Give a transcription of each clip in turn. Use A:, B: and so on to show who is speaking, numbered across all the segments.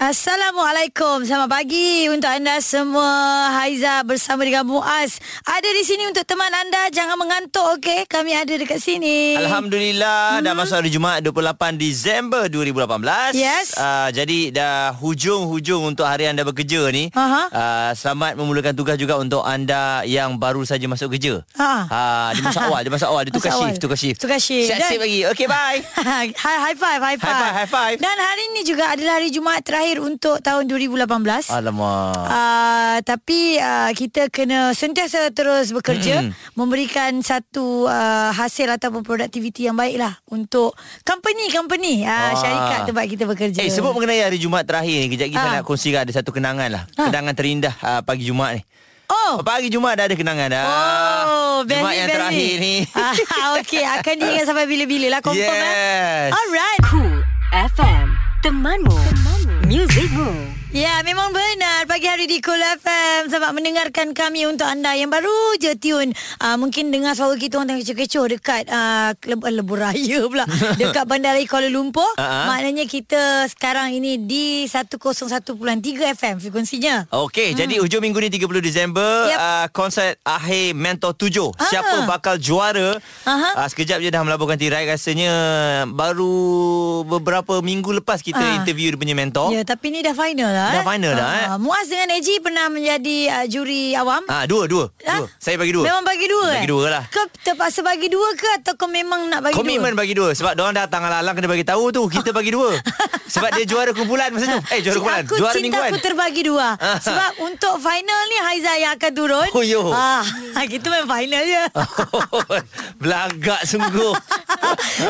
A: Assalamualaikum Selamat pagi Untuk anda semua Haiza bersama dengan Muaz Ada di sini untuk teman anda Jangan mengantuk okey Kami ada dekat sini
B: Alhamdulillah hmm. dah masuk hari Jumaat 28 Disember 2018.
A: Yes.
B: Uh, jadi dah hujung-hujung untuk hari anda bekerja ni.
A: Aha.
B: Uh, selamat memulakan tugas juga untuk anda yang baru saja masuk kerja.
A: Ha.
B: Uh, dia masuk awal, dia masuk awal, dia tukar
A: Masuk
B: shift,
A: awal.
B: tukar shift.
A: Tukar shift.
B: Siap-siap
A: Dan-
B: lagi. Okay, bye.
A: Hi, high five, high five.
B: five, high five.
A: Dan hari ini juga adalah hari Jumaat terakhir untuk tahun 2018.
B: Alamak.
A: Uh, tapi uh, kita kena sentiasa terus bekerja
B: Hmm.
A: mm-hmm. memberikan satu uh, hasil ataupun produktiviti yang baiklah untuk company-company uh,
B: Ah.
A: syarikat tempat kita bekerja.
B: Eh, sebut mengenai hari Jumaat terakhir ni. Kejap lagi saya
A: Ah.
B: nak kongsikan ada satu kenangan lah.
A: Ah.
B: Kenangan terindah uh, pagi Jumaat ni.
A: Oh,
B: Pagi Jumaat dah ada kenangan dah.
A: Oh, very,
B: Jumaat yang
A: very.
B: terakhir ni.
A: Ah, okay, akan diingat sampai bila-bila lah. Confirm
B: Yes.
A: eh. Alright.
C: Cool FM, temanmu, temanmu, muzikmu.
A: Ya, memang benar. Pagi hari di Cool FM. Selamat mendengarkan kami untuk anda yang baru je tune. Uh, mungkin dengar suara kita orang tengah kecoh-kecoh dekat uh, leb- lebur raya pula. dekat Bandar Raya Kuala Lumpur.
B: Ah, ah.
A: Maknanya kita sekarang ini di 101.3 FM frekuensinya.
B: Okey, hmm. jadi hujung minggu ni 30 Disember
A: Yep.
B: yep. uh, konsert akhir Mentor
A: Ah.
B: 7.
A: Ha?
B: Ah. Siapa bakal juara?
A: Aha.
B: Uh, sekejap je dah melaburkan tirai rasanya baru beberapa minggu lepas kita
A: Ah.
B: interview dia punya mentor.
A: Ya, tapi ni dah final lah.
B: Dah
A: eh.
B: final dah,
A: Ah,
B: eh.
A: Muaz dengan Eji pernah menjadi uh, juri awam.
B: Ah dua dua.
A: Ah?
B: dua. Saya bagi dua.
A: Memang bagi dua
B: Bagi dua lah.
A: Kau terpaksa bagi dua ke Atau kau memang nak bagi
B: Komitmen
A: dua
B: bagi dua sebab dia orang datang alang-alang kena bagi tahu tu kita bagi dua. sebab dia juara kumpulan masa tu. Eh juara kumpulan.
A: aku
B: juara
A: cinta
B: mingguan.
A: aku terbagi dua
B: Ah.
A: Sebab untuk final ni Haiza yang akan turun
B: Oh, yo.
A: ah, Kita main final je
B: Oh, Belagak sungguh.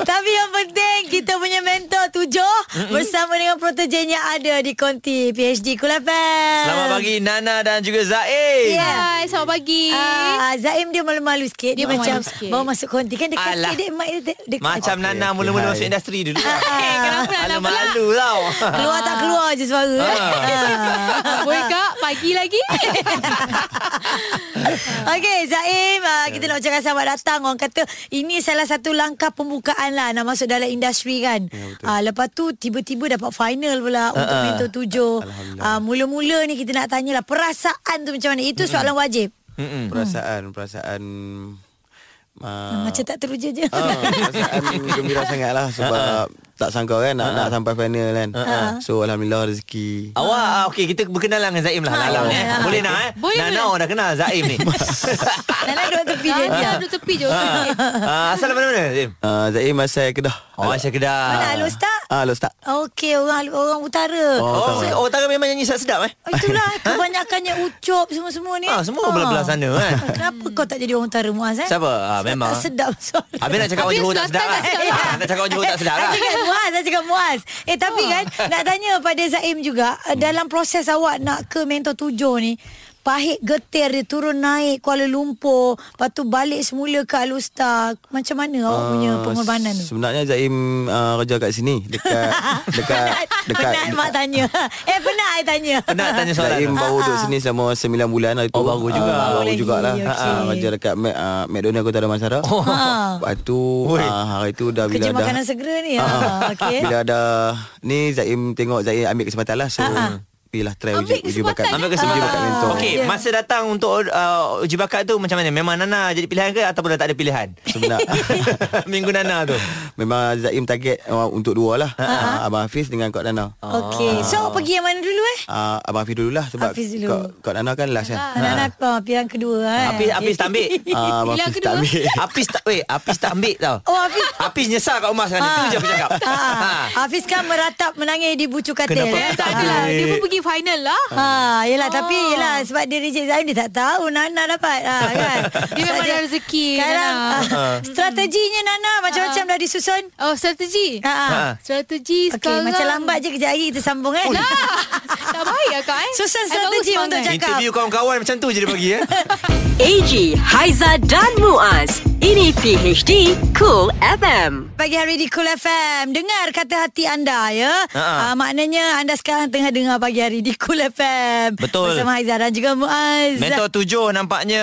A: Tapi yang penting Kita punya mentor tujuh Bersama dengan protogennya ada Di konti PhD Kulafel
B: Selamat pagi Nana dan juga Zain.
A: Ya.
D: Hai, selamat pagi.
A: Ah, Zaim dia malu-malu sikit Dia,
D: Dia
A: macam
D: malu sikit.
A: Baru masuk konti Kan dekat
B: Alah.
A: sikit dia, mic dia, dia,
B: Macam okay, Nana
E: okey,
B: mula-mula
E: hai.
B: masuk industri dulu.
A: Eh,
D: Eh, kenapa Nana
B: Alah,
D: pula?
B: malu tau.
A: Keluar tak keluar je suara eh. Ah.
D: Boleh kak, pagi lagi.
A: Okey Zaim uh, Kita nak ucapkan selamat datang Orang kata Ini salah satu langkah pembukaan lah Nak masuk dalam industri kan uh, Lepas tu Tiba-tiba dapat final pula Untuk
B: ah.
A: mentor tujuh uh, Mula-mula ni kita nak tanyalah Perasaan tu macam mana Itu soalan wajib
B: Mm-mm.
E: Perasaan Perasaan uh,
A: Macam tak teruja je
E: Ah, perasaan gembira sangat lah Sebab Tak sangka kan Nak, nak sampai final kan So Alhamdulillah rezeki
B: Awak ah, okey kita berkenalan dengan Zaim lah.
A: Ha,
B: Lalang,
A: boleh
B: eh.
A: lah.
B: Boleh nak eh?
D: Boleh,
B: Nana
D: boleh.
B: orang dah kenal Zaim ni.
A: Nana duduk tepi dia
D: Dah,
A: dia
D: dah, duduk tepi je.
B: Ah, asal dari mana Zaim?
E: uh, Zaim asal Kedah
B: Oh, asal Kedah.
A: Mana halus tak?
E: Ah, Los tak
A: Okey orang orang utara Ah.
E: Oh,
B: Oh, oh, Tara memang nyanyi sedap eh?
A: Oh, Itulah kebanyakannya ucup semua-semua ni
B: Ah, semua belah-belah sana kan.
A: Kenapa kau tak jadi orang utara Muaz eh?
B: Siapa? Ah,
A: Sebab
B: memang.
A: Tak sedap suara
B: Habis nak cakap orang
D: Habis
B: Johor tak sedap
D: selatan
B: lah.
D: tak sedap lah.
B: Ah, Nak cakap orang Johor tak sedap lah. Ah.
A: Saya cakap muas Saya cakap muas Eh tapi kan Nak tanya pada Zaim juga eh, Dalam proses awak Nak ke mentor tujuh ni Pahit getir dia turun naik Kuala Lumpur Lepas tu balik semula ke Alustar Macam mana
B: Ah,
A: awak punya pengorbanan tu?
E: Ah, Sebenarnya Zaim uh, kerja kat sini Dekat Dekat Dekat
A: Penat mak tanya Eh penat saya tanya
B: Penat tanya soalan.
E: Zaim
B: tu.
E: baru duduk sini selama 9 bulan hari tu.
B: Oh, baru juga.
E: Ah,
A: Baru
E: baru
A: lagi,
E: jugalah.
A: Ah, okey.
E: Okay. Ha, kerja dekat Mac, uh, McDonald Kota Damansara. Oh.
A: Ah.
E: Lepas tu
B: Woi.
E: ah, hari tu dah bila
A: Kerja
E: dah Ah,
A: makanan segera ni ha,
B: Ah.
A: okay.
E: Bila ada Ni Zaim tengok Zaim ambil kesempatan lah So
A: Ah, ah.
E: Pilih try
D: Ambil
E: uji, uji bakat
D: kesempatan,
B: Ambil
D: eh?
B: kesempatan.
E: Uji bakat mentor
B: Okey,
A: Ya.
B: masa datang untuk uh, uji bakat tu macam mana? Memang Nana jadi pilihan ke ataupun dah tak ada pilihan?
E: Sebenarnya
B: Minggu Nana tu.
E: Memang Zaim target uh, Untuk dua lah uh, Abang Hafiz dengan Kak Nana
A: okay. Ah,
B: Ah.
A: So pergi yang mana dulu eh?
E: uh, Abang Hafiz dululah Sebab
A: Hafiz dulu.
E: Kak, Kak Nana kan last kan
A: Ha. Anak-anak ah, pilihan kedua eh.
B: Apis Apis tak ambil.
E: Ah, Abang
D: Bila
E: Hafiz
D: kedua?
E: tak ambil
B: Apis tak weh, Apis tak ambil tau.
A: Oh Hafiz
B: Apis nyesal kat rumah sekarang. Kan, Itu je aku cakap.
D: Ah.
A: ha.
B: Ha.
A: Hafiz kan meratap menangis di bucu katil eh?
B: Kenapa aku tak
D: Tak adalah, dia pun pergi final lah.
A: Ha, yelah oh. tapi
D: Ah.
A: yelah sebab dia reject Zaim dia tak tahu Nana dapat ha, kan.
D: Dia memang
A: Sebab
D: ada rezeki,
A: Sekarang
D: Nana.
A: ah, strateginya Nana macam-macam dah disusun.
D: Oh, strategi.
A: Ha. ha.
B: Ah.
D: Strategi
A: Okey,
D: sekarang.
A: macam lambat je kejap lagi kita sambung kan.
D: Lah. tak baik lah kak eh.
A: Susun
D: I baru
A: strategi untuk
D: semangat.
A: cakap.
B: Interview kawan-kawan macam tu je dia bagi eh.
C: AG Haiza dan Muaz. Ini PHD Cool FM.
A: Pagi hari di Cool FM Dengar kata hati anda ya
B: Ha-ha.
A: uh, Maknanya anda sekarang tengah dengar pagi hari di Cool FM
B: Betul.
A: Bersama Aizah dan juga Muaz
B: Mentor tujuh nampaknya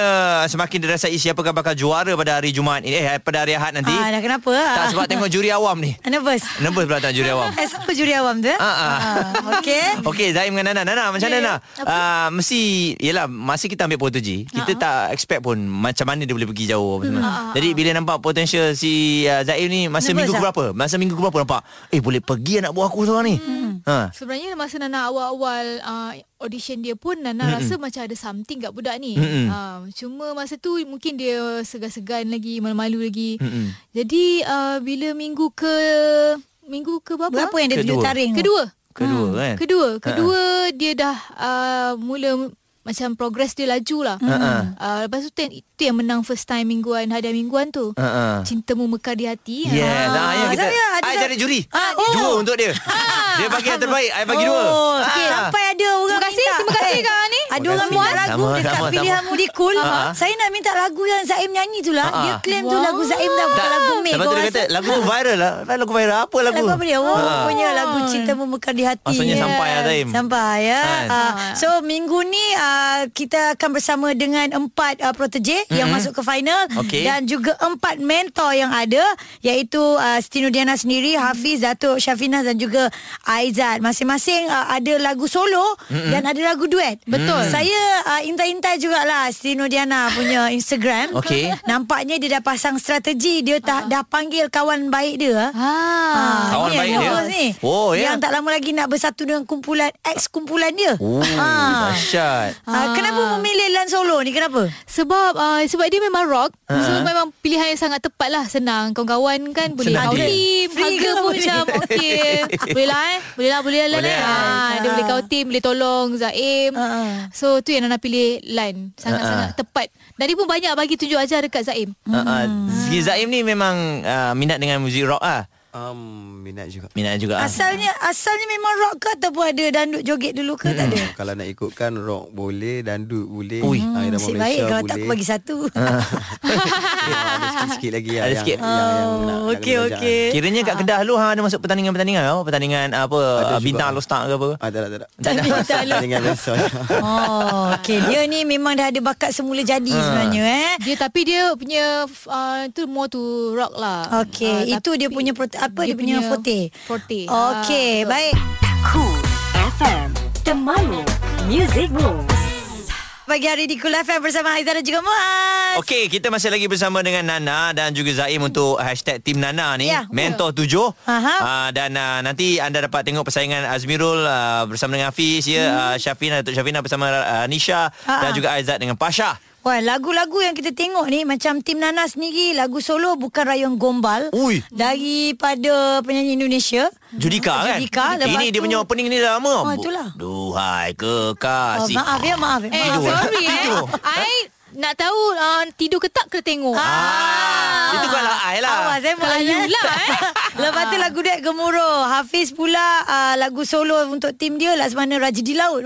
B: semakin dirasai siapakah bakal juara pada hari Jumaat ini. Eh, pada hari Ahad nanti.
A: Ah, dah kenapa?
B: Tak sebab tengok juri awam ni.
A: Nervous
B: Nervous pula tengok juri awam.
A: Eh siapa juri awam tu eh?
B: Ah, ah.
A: Ah, Okay
B: Okey Zaim dengan Nana Nana macam
A: Ya,
B: mana Nana uh, Mesti Yelah Masa kita ambil Portugi Kita
A: Ha.
B: tak expect pun Macam mana dia boleh pergi jauh apa semua.
A: Hmm.
B: Jadi bila nampak Potential si uh, Zaim ni Masa
A: Nervous
B: minggu
A: tak?
B: berapa Masa minggu berapa nampak Eh boleh pergi anak buah aku seorang ni
A: Hmm.
B: ha.
D: Sebenarnya masa Nana awal-awal uh, audition dia pun Nana Mm-mm. rasa macam ada something kat budak ni.
B: Mm-mm.
D: Uh, cuma masa tu mungkin dia segan-segan lagi, malu-malu lagi.
B: Mm-mm.
D: Jadi uh, bila minggu ke minggu ke berapa?
A: Berapa yang dia
B: Kedua.
A: tunjuk taring tu?
D: Kedua.
B: Kedua kan
D: Hmm. Kedua, kedua dia dah uh, mula macam progress dia laju lah.
B: Ha-ha.
D: Uh, lepas tu tu yang, tu yang menang first time mingguan hadiah mingguan tu.
B: Ha-ha.
D: Cintamu mekar di hati.
B: ha, Yes, ah,
A: Ah,
B: ya kita.
A: Zaria, ada
B: Saya
A: dah-
B: jadi juri.
A: Ah, oh. Ah.
B: Dua untuk dia. Dia bagi yang terbaik, saya bagi dua.
A: Oh,
B: Ah.
A: okay. Sampai ada orang
D: Terima kasih,
A: minta.
D: terima kasih
A: Eh,
D: Kak Ani.
A: Ada
B: Terima
A: orang
B: kasih.
A: minta lagu
B: Sama,
A: dekat
B: sama,
A: pilihanmu di Cool.
B: Ah.
A: Saya nak minta lagu yang Zaim nyanyi tu lah.
B: Ah.
A: Dia claim tu lagu Zaim dah bukan lagu Mei.
B: Lepas tu dia kata, lagu tu viral lah. Lagu viral, apa lagu? Ah.
A: Lagu apa dia? Oh, rupanya lagu Cinta Memekar di Hati.
B: Maksudnya
A: Ya.
B: sampai lah, Zaim.
A: Sampai ya.
B: Kan?
A: Ah, so minggu ni ah, kita akan bersama dengan empat uh, protege yang masuk ke final
B: Okey.
A: dan juga empat mentor yang ada iaitu uh, Diana sendiri, Hafiz, Datuk Syafina dan juga Aizat. Masing-masing ah, ada lagu solo dan ada lagu duet. Betul. Saya ah, intai-intai jugalah Stino Diana punya Instagram.
B: Okey.
A: Nampaknya dia dah pasang strategi, dia tak dah panggil kawan baik dia. ah.
D: Ah.
B: Kawan
A: ni yang
B: baik dia.
A: fokus Ni.
B: Oh, ya.
A: Yang tak lama lagi nak bersatu dengan kumpulan ex kumpulan dia.
B: Oh,
A: Ah.
B: dahsyat.
A: Ah, kenapa memilih Lan Solo ni? Kenapa?
D: Sebab uh, sebab dia memang rock.
B: Ah.
D: Uh-huh. So memang pilihan yang sangat tepat lah. Senang. Kawan-kawan kan boleh
B: Senang
D: kau
B: dia.
D: team.
A: Free ke
D: Harga pun
A: boleh?
D: macam okey. Boleh lah eh. Boleh lah, boleh lah. Lan,
B: Boleh
D: eh.
B: lah.
D: Ah, dia boleh kau team, boleh tolong Zaim.
A: Ah.
D: Uh-huh. So tu yang Nana pilih Lan. Sangat-sangat
B: Ah.
D: tepat. Dan dia pun banyak bagi tunjuk ajar dekat Zaim.
B: Ah, ah,
A: Hmm.
B: Zee Zaim ni memang ah, minat dengan muzik rock ah.
E: um, Minat juga
B: Minat juga ah.
A: Asalnya asalnya memang rock ke ataupun ada dandut joget dulu ke? Tak ada.
E: Hmm. Kalau nak ikutkan Rock boleh Dandut boleh
B: Ui. lah,
E: ah, irama
A: Nasib
E: Malaysia
A: Hmm, baik kalau tak
E: boleh. Ya,
A: aku bagi satu.
E: Ah, Ada sikit-sikit lagi lah
B: Ada
E: yang,
B: sikit.
E: yang, yang, nak,
A: Oh,
E: nak
A: okey Ah.
E: kena belajar. eh.
A: okey.
B: Kiranya kat Kedah lu hang ada masuk pertandingan-pertandingan tau, pertandingan apa ah,
E: juga.
B: bintang lostak ke apa.
E: Ah, tak, tak, tak, tak.
B: Tak ada.
E: Tak ada dengan biasa
A: Oh, okey. Dia ni memang dah ada bakat semula jadi sebenarnya eh.
D: Dia tapi dia punya uh, tu more to rock lah.
A: Okey,
D: Ah,
A: itu dia
D: tapi
A: punya prote- apa dia, punya, forte.
D: Forte. Ah,
A: Okey,
D: betul.
A: baik.
C: Cool FM. Temanmu. Music Moves.
A: Pagi hari di Kul FM bersama Aizah dan juga Muaz.
B: Okey, kita masih lagi bersama dengan Nana dan juga Zaim untuk hashtag Tim Nana ni,
A: Ya.
B: Mentor 7.
A: Aha.
B: Uh, dan uh, nanti anda dapat tengok persaingan Azmirul uh, bersama dengan Hafiz, ya,
A: Hmm.
B: uh, Syafina, Datuk Syafina bersama uh, Nisha
A: Ah, ah.
B: dan juga Aizat dengan Pasha.
A: Wah, lagu-lagu yang kita tengok ni macam Tim Nana sendiri lagu solo bukan Rayon Gombal
B: Ui.
A: daripada penyanyi Indonesia.
B: Judika
A: Ah,
B: kan?
A: Judika, lepas
B: Ini
A: tu-
B: dia punya opening ni dah lama.
A: Oh, itulah.
B: Duhai
A: Oh,
B: kekasih.
A: maaf ya, maaf ya.
D: Eh,
A: maaf.
B: Ah, Tidur.
D: sorry eh.
B: Tidur.
D: I nak tahu uh, tidur ke tak kena tengok.
B: Ah, itu bukanlah I lah.
A: Awak saya
D: Kalau you lah eh.
A: Lepas tu lagu duet Gemuruh Hafiz pula uh, lagu solo untuk tim dia Laksmana Raja di Laut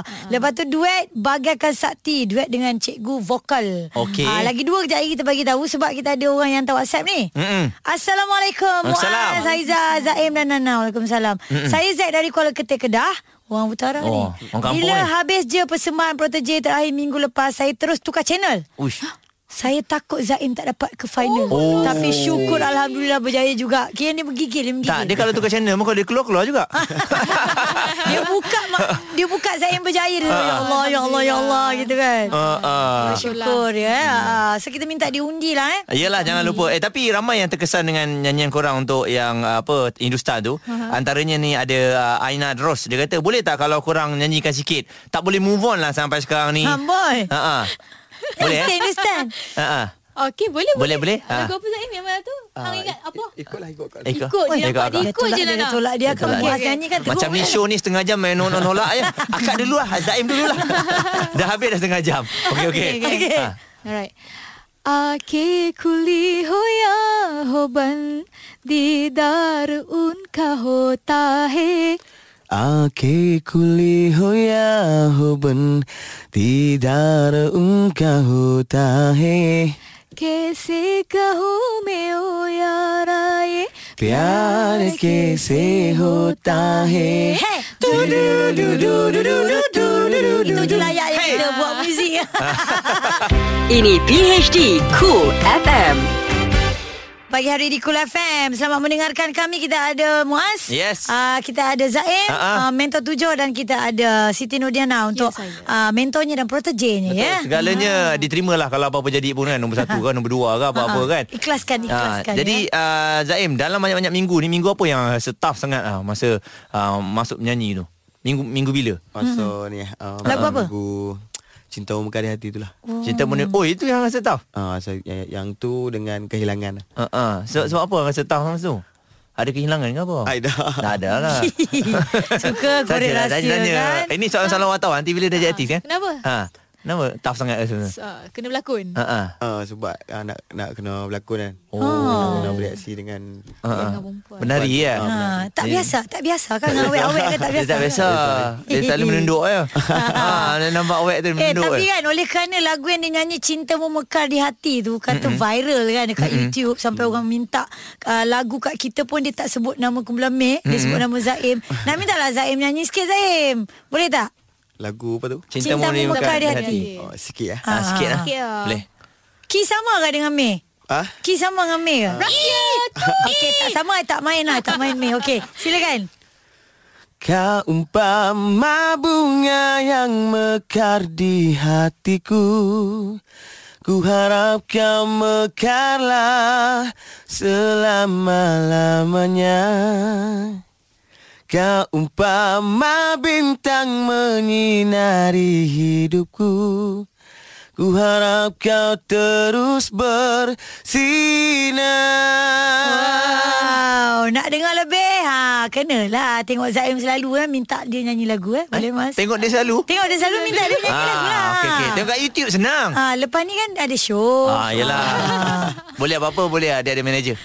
A: Wah Lepas tu duet Bagaikan Sakti Duet dengan cikgu vokal
B: Okey.
A: Ah, Lagi dua kejap lagi kita bagi tahu Sebab kita ada orang yang hantar whatsapp ni
B: Mm-mm.
A: Assalamualaikum
B: Waalaikumsalam.
A: Muaz, Aizah, Zaim dan Nana Waalaikumsalam Saya Zaid dari Kuala Ketir Kedah Orang utara ni
B: Oh, orang kampung
A: Bila
B: ni.
A: habis je persembahan Protege terakhir minggu lepas Saya terus tukar channel
B: Uish.
A: saya takut Zaim tak dapat ke final
B: Oh.
A: oh. Tapi syukur Alhamdulillah berjaya juga Kira dia menggigil Dia menggigil
B: Tak, dia kalau tukar channel, muka dia keluar-keluar juga.
A: dia buka ma- Dia buka Zaim berjaya dia, Ya Allah Ya Allah Ya Allah Gitu kan
B: uh, uh.
A: Syukur ya
B: Hmm.
A: Ah, So kita minta diundi lah eh
B: Yelah jangan
D: Hmm.
B: lupa Eh tapi ramai yang terkesan Dengan nyanyian korang Untuk yang uh, apa Hindustan tu uh-huh. Antaranya ni ada uh, Aina Dros Dia kata Boleh tak kalau korang Nyanyikan sikit Tak boleh move on lah Sampai sekarang ni uh-huh.
A: Amboi
B: Boleh
A: Understand,
B: eh
A: understand
B: uh-huh.
D: Okey, boleh
B: Boleh, boleh.
D: Lagu
B: Ah.
D: apa Zaim yang mana tu? Hang ingat apa?
E: Ikutlah ikut kat
B: Ikut.
D: Ikut
B: Ikut
D: je nampak
B: akak.
D: dia
A: Dia
D: ikut
A: tolak
D: je
A: dia, dia
D: Nana.
A: tolak Dia akan
B: Tolak
A: buat
D: dia.
A: nyanyi kan
B: Macam ni show ni setengah jam Main nolak-nolak je Akak dulu lah Zaim dulu lah Dah habis dah setengah jam Okey okey
D: Okay.
B: Ah.
D: Alright. Ake kuli hoya hoban didar unka hota hai
E: आँखें खुली हो या हो बन दीदार उनका होता है
D: कैसे कहूँ मैं ओ यार आए
F: प्यार कैसे होता है
A: Hey. Itu je layak yang kita buat muzik.
C: Ini PHD Cool FM.
A: Pagi hari di Kul FM Selamat mendengarkan kami Kita ada Muaz
B: Yes.
A: uh, Kita ada Zaim uh,
B: Ha-ha.
A: Mentor tujuh Dan kita ada Siti Nurdiana Untuk
D: Ya, saya.
A: uh, mentornya dan protegenya
B: Betul,
A: ya.
B: Segalanya
D: Ah.
B: diterima lah Kalau apa-apa jadi pun kan Nombor satu kan Nombor dua ke apa-apa
A: Ha-ha.
B: kan
A: ah. Ikhlaskan,
B: Ah,
A: ikhlaskan, ya.
B: Jadi ah, Zaim Dalam banyak-banyak minggu ni Minggu apa yang rasa tough sangat ah, Masa ah, masuk menyanyi tu Minggu minggu bila
F: Masa ni um,
A: Mhm. Lagu apa?
F: Lagu Cinta Memekari Hati tu lah
B: oh. Cinta menurut Oh itu yang rasa tough
F: uh,
E: Ah,
F: so,
E: ya,
F: yang, yang tu dengan kehilangan
B: uh, uh. Sebab, sebab apa rasa tough masa tu ada kehilangan ke apa?
F: Tak ada.
B: Tak ada lah.
A: Suka korek
B: Sajalah,
A: rahsia kan
B: Ini soalan-soalan wartawan Nanti bila dah jadi aktif kan?
D: Kenapa?
B: Ha. Kenapa? Tough sangat rasa
E: Ah,
B: tu.
D: uh, Kena berlakon
B: Hmm. Ha ah.
F: uh, Sebab uh, nak, nak kena berlakon kan
B: Oh.
F: Nak kena bereaksi dengan
B: Ha ah.
D: Dengan perempuan.
B: Benari ya.
A: ha,
E: Ah,
A: Tak biasa Tak biasa kan Awet-awet kan tak
B: Dia
A: biasa
B: tak biasa Eh, Dia selalu menunduk je
E: ya.
B: ha, Dia nampak awet tu dia
A: Eh
B: menunduk
A: tapi
B: je
A: kan Oleh kerana lagu yang dia nyanyi Cinta memekar di hati tu Kata mm-hmm. viral kan Dekat mm-hmm. YouTube Sampai orang minta uh, Lagu kat kita pun Dia tak sebut nama Kumpulan Mek mm-hmm. Dia sebut nama Zaim Nak minta lah Zaim nyanyi sikit Zaim Boleh tak?
F: lagu apa tu?
A: Cinta memekar di hati. ah.
F: Oh, sikit eh.
B: ha, Sikit lah
D: Sikit lah.
B: Boleh
A: Ki sama ke dengan Mei?
E: Ha?
F: Ah,
A: Ki sama dengan Mei
B: Ah.
A: ke? Rakyat Okay tak sama I tak main lah Tak main Mei Okay silakan
F: Kau umpama bunga yang mekar di hatiku Ku harap kau mekarlah selama-lamanya Kau umpama bintang menyinari hidupku Ku harap kau terus bersinar
A: Wow, nak dengar lebih? Ha, kenalah tengok Zaim selalu eh minta dia nyanyi lagu eh. Boleh Mas?
B: Tengok dia selalu
A: Tengok dia selalu minta dia nyanyi lagu lah.
B: Ah, okay, okay. Tengok kat YouTube senang
A: Ha, lepas ni kan ada show.
B: Ah, yelah Boleh apa-apa boleh lah Dia ada manager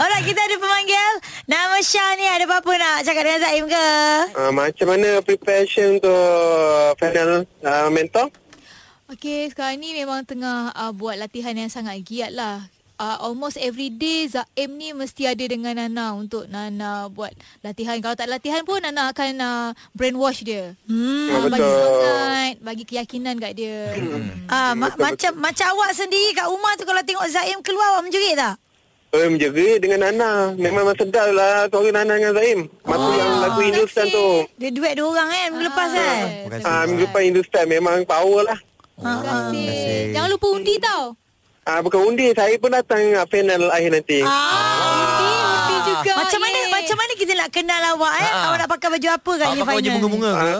A: Alright, kita ada pemanggil. Nama Syah ni ada apa-apa nak cakap dengan Zaim ke?
G: Uh, macam mana preparation untuk final uh, mentor?
D: Okay, sekarang ni memang tengah uh, buat latihan yang sangat giat lah. Uh, almost every day Zaim ni mesti ada dengan Nana untuk Nana buat latihan. Kalau tak latihan pun Nana akan uh, brainwash dia. Hmm, uh, bagi
G: Betul.
D: semangat, bagi keyakinan kat dia.
B: Hmm.
A: Ha, ma- macam macam awak sendiri kat rumah tu kalau tengok Zaim keluar awak menjerit tak?
G: Eh, menjaga dengan Nana. Memang sedap lah suara Nana dengan Zaim. Masa oh,
B: Ah.
G: yang lagu Hindustan tu.
A: Dia duet dua orang kan minggu lepas kan?
F: kasih.
G: Ah, minggu depan Hindustan memang power lah.
A: Ah,
D: Terima kasih. Jangan lupa undi tau.
G: Ah, bukan undi, saya pun datang ah, final akhir nanti.
A: Ah.
D: Undi, undi juga.
A: Macam mana
D: Yeay.
A: macam mana kita nak kenal awak eh?
B: Ha.
A: Awak nak pakai baju apa kat
B: Awak
A: ni
B: pakai baju
A: final ni?
B: Ah, bunga-bunga ke?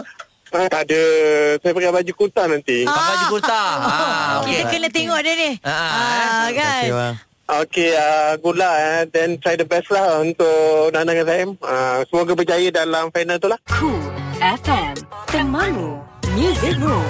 G: Ah, tak ada. Saya pakai baju kurta
A: Ah.
G: nanti.
B: Pakai baju kurta
A: Oh,
B: Ah,
A: Kita
B: okay.
A: kena tengok dia ni.
B: Ah,
A: Ah, kan.
F: Terima kasih, bang.
G: Okay, uh, good luck. Eh. Then try the best lah untuk Nana dengan Zaim. Ah, semoga berjaya dalam final tu lah.
C: Cool FM. Temanmu. Music Room.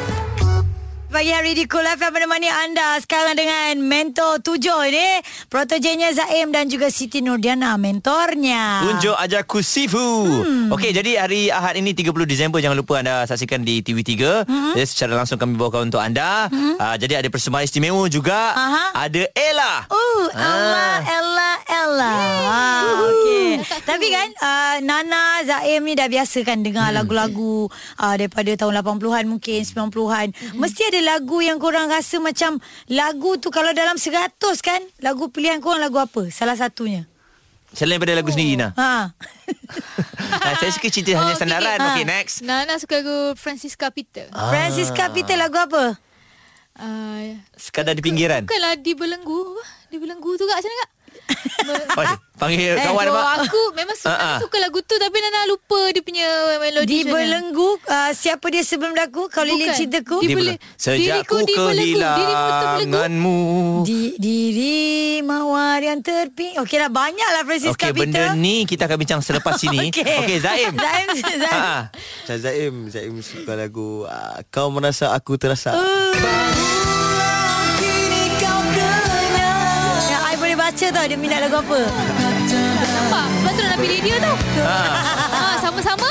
A: Pagi hari di Kul FM menemani anda sekarang dengan mentor tujuh ni. Protogenya Zaim dan juga Siti Nurdiana mentornya.
B: Tunjuk ajaku Sifu. Hmm. Okey, jadi hari Ahad ini 30 Disember jangan lupa anda saksikan di TV3. Hmm. Jadi secara langsung kami bawakan untuk anda. Hmm. Uh, jadi ada persembahan istimewa juga.
A: Aha.
B: Ada Ella.
A: Oh,
B: Ah.
A: Ella, Ella, Ella. Ah, okay. Tapi kan uh, Nana Zaim ni dah biasa kan dengar
B: Hmm.
A: lagu-lagu uh, daripada tahun 80-an mungkin 90-an.
B: Hmm.
A: Mesti ada lagu yang korang rasa macam lagu tu kalau dalam 100 kan, lagu pilihan korang lagu apa? Salah satunya.
B: Selain daripada lagu sendiri Nah.
A: Ha.
B: nah saya suka cerita hanya
D: okey,
B: sandaran.
A: okey.
B: Okey,
A: Ah.
B: next.
D: Nana suka lagu Francisca Peter.
A: Francis Capital Ah. lagu apa?
D: Uh,
B: Sekadar di pinggiran.
D: bukanlah di belenggu. Di belenggu tu kat sana kak?
B: Oi, panggil Ya, kawan
D: oh,
B: apa?
D: aku memang suka,
B: Ah, ah.
D: suka lagu tu tapi Nana lupa dia punya melodi.
A: Di
D: macam mana.
A: belenggu uh, siapa dia sebelum daku kau lilit
D: Bukan.
A: cintaku
D: Di
B: Dia
D: bele-
B: belum. Sejak
D: diriku
B: ku
D: di belenggu. Diriku
B: kehilanganmu.
A: di diri mawar yang terping. Okeylah banyaklah Francis
B: Okey,
A: Capital.
B: benda ni kita akan bincang selepas sini.
A: Okey.
B: Okey, Zaim.
A: Zaim, Zaim.
B: Ha.
F: Macam Zaim Zaim suka lagu ah, Kau merasa aku terasa
A: Yang I boleh baca tau dia minat lagu apa.
D: Nampak? Patut nak pilih dia tau ha, Sama-sama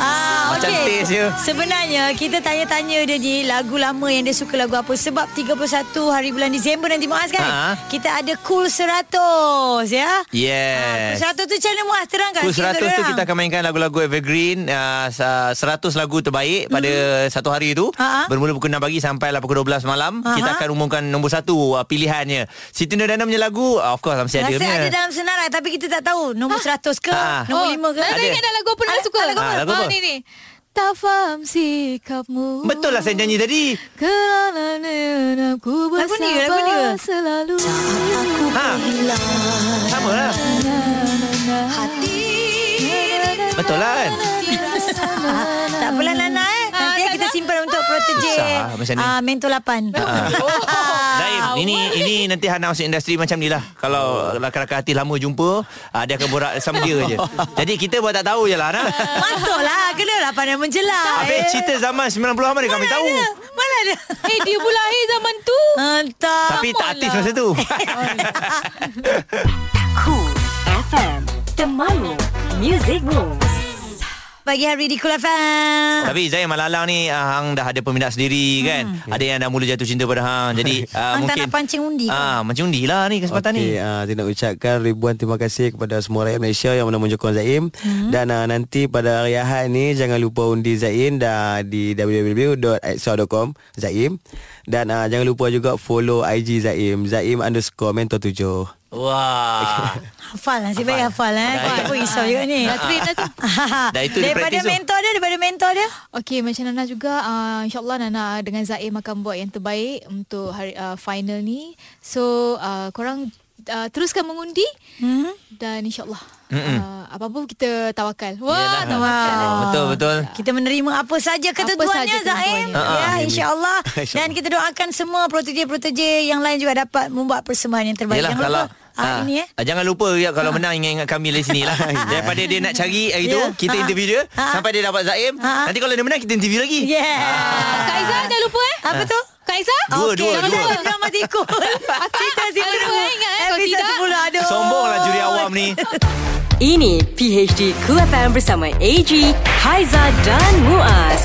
A: Ah,
B: Macam
A: okey.
B: taste je.
A: Sebenarnya kita tanya-tanya dia je lagu lama yang dia suka lagu apa sebab 31 hari bulan Disember nanti Muaz kan.
B: Ha.
A: Kita ada Cool 100 ya.
B: Yes.
A: Cool 100 tu macam mana Muaz terangkan
B: Cool
A: sikit
B: 100
A: untuk
B: tu
A: dorang.
B: kita akan mainkan lagu-lagu evergreen uh, 100 lagu terbaik pada satu hari tu
A: Mm-hmm. Ha-ha.
B: Bermula pukul 6 pagi sampai lah pukul 12 malam
A: Ha-ha.
B: Kita akan umumkan nombor satu uh, pilihannya Siti Nurdana punya lagu uh, Of course lah, mesti ada
A: Rasa
B: punya
A: ada dalam senarai tapi kita tak tahu nombor 100 ke,
B: Ha.
A: nombor
D: Oh,
A: 5 ke.
D: Nana
B: Ada.
D: ingat dah lagu apa Nana
A: Ah,
D: suka
A: lagu
B: apa? Ah, lagu apa?
D: ni ni Tak faham sikapmu
B: Betul lah saya nyanyi tadi
D: Kerana nenap ku bersabar
A: Lagu ni ke? Lagu ni ke?
D: selalu
B: ha. Sama lah Betul lah kan
A: Tak apalah Nana eh. Nanti
D: Ah,
A: kita simpan untuk protege
B: Sah, lah macam ni.
A: ah, Mentor 8.
D: Oh,
A: Ah,
B: Zaim, ini ini nanti Hana masuk industri macam ni lah. Kalau rakan-rakan hati lama jumpa, ah, dia akan borak sama dia je. Jadi kita buat tak tahu je lah Hana.
A: Masuklah, kenalah pandai menjelah.
B: Habis cerita zaman 90-an mana kami tahu.
A: Ada. Ah, Eh, ya. Mana ada?
D: Eh dia pula eh zaman tu
A: Entah.
B: Tapi tak artis masa tu.
C: Cool FM The Mamu Music Rules
A: Pagi hari di Kul FM.
B: Tapi Zain Malalang ni ah, Hang dah ada peminat sendiri kan Ada yang dah mula jatuh cinta pada Hang Jadi
A: Hmm.
B: ah,
A: Hang tak
B: mungkin
A: nak pancing undi ke?
B: ah, Mancing undi lah ni kesempatan
E: Okey,
B: ni
E: uh, saya nak ucapkan ribuan terima kasih kepada semua rakyat Malaysia yang mana menyokong Zaim hmm. dan uh, nanti pada hari Ahad ni jangan lupa undi Zaim dah di www.extra.com Zaim dan uh, jangan lupa juga follow IG Zaim Zaim underscore mentor 7
B: Wah
A: Hafal lah. Nasib baik hafal eh.
B: Baik.
A: Kita pun risau juga ni.
D: Dah train dah tu
B: Dah itu dia
A: daripada
B: practice tu.
A: mentor dia Daripada mentor dia
D: Okey macam Nana juga uh, InsyaAllah Nana dengan Zaim akan buat yang terbaik Untuk hari uh, final ni So uh, korang uh, teruskan mengundi
A: Hmm?
D: mm-hmm. Dan insyaAllah uh, Apa-apa kita tawakal Wah
B: Yelah.
A: Ah.
D: tawakal
B: Oh, Betul betul
A: Kita menerima apa saja ketentuannya
D: saja
A: Zaim
B: Ah,
D: ketentuannya.
A: Ya insyaAllah Dan kita doakan semua Protege-protege Yang lain juga dapat Membuat persembahan yang terbaik
B: Yelah
A: Jangan
B: kalau
A: lupa ah, Ini eh Ah.
B: ah, Jangan lupa ya, Kalau menang ingat-ingat kami dari sini lah Daripada dia nak cari hari tu
A: Ya.
B: Kita
A: Ah.
B: interview dia
A: Ah.
B: Sampai dia dapat Zaim
A: Ah.
B: Nanti kalau dia menang Kita interview lagi Ah,
A: Yeah
D: Kak Izzah dah lupa eh
A: Apa tu?
D: Kak Izzah
B: Dua,
A: Okey,
B: dua,
A: jangan
B: dua.
A: lupa drama tikul
D: eh,
A: Cerita si
D: Kalau
A: Beramu.
D: ingat, eh, kalau
A: Episod
D: tidak-
A: 10 Aduh
B: Sombong lah juri awam ni
C: Ini PHD Cool FM bersama AG, Haiza dan Muaz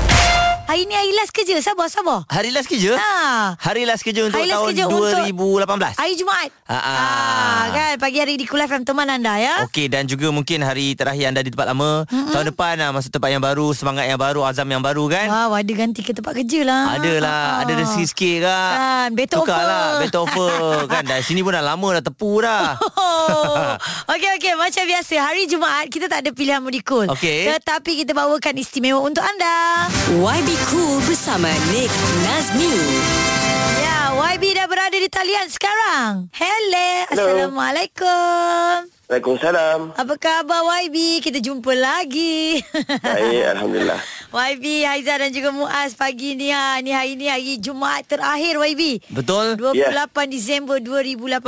A: Hari ni hari last kerja Sabar-sabar
B: Hari last kerja
A: Ah.
B: Hari last kerja untuk
A: Hari last
B: tahun
A: kerja untuk-
B: 2018
A: Hari Jumaat
B: Ah, ah.
A: Kan pagi hari di Kul FM Teman anda ya
B: Okey dan juga mungkin hari terakhir anda di tempat lama mm-hmm. Tahun depan ah, masa tempat yang baru Semangat yang baru Azam yang baru kan
A: Wow, ada ganti ke tempat kerja lah.
B: Adalah Ada rezeki sikit kak
A: Kan, better
B: Tukar
A: offer.
B: lah Better offer Kan dari sini pun dah lama Dah tepu dah
A: Oh. Okey okey macam biasa hari Jumaat kita tak ada pilihan mudik cool.
B: Okey.
A: Tetapi kita bawakan istimewa untuk anda.
C: YB Cool bersama Nick Nazmi
A: Ya, YB dah berada di talian sekarang. Hello. Assalamualaikum.
H: Waalaikumsalam.
A: Apa khabar YB? Kita jumpa lagi.
H: Baik, Alhamdulillah.
A: YB, Haizah dan juga Muaz pagi ni ha. Ni hari ni hari Jumaat terakhir YB.
B: Betul
A: 28 Disember 2018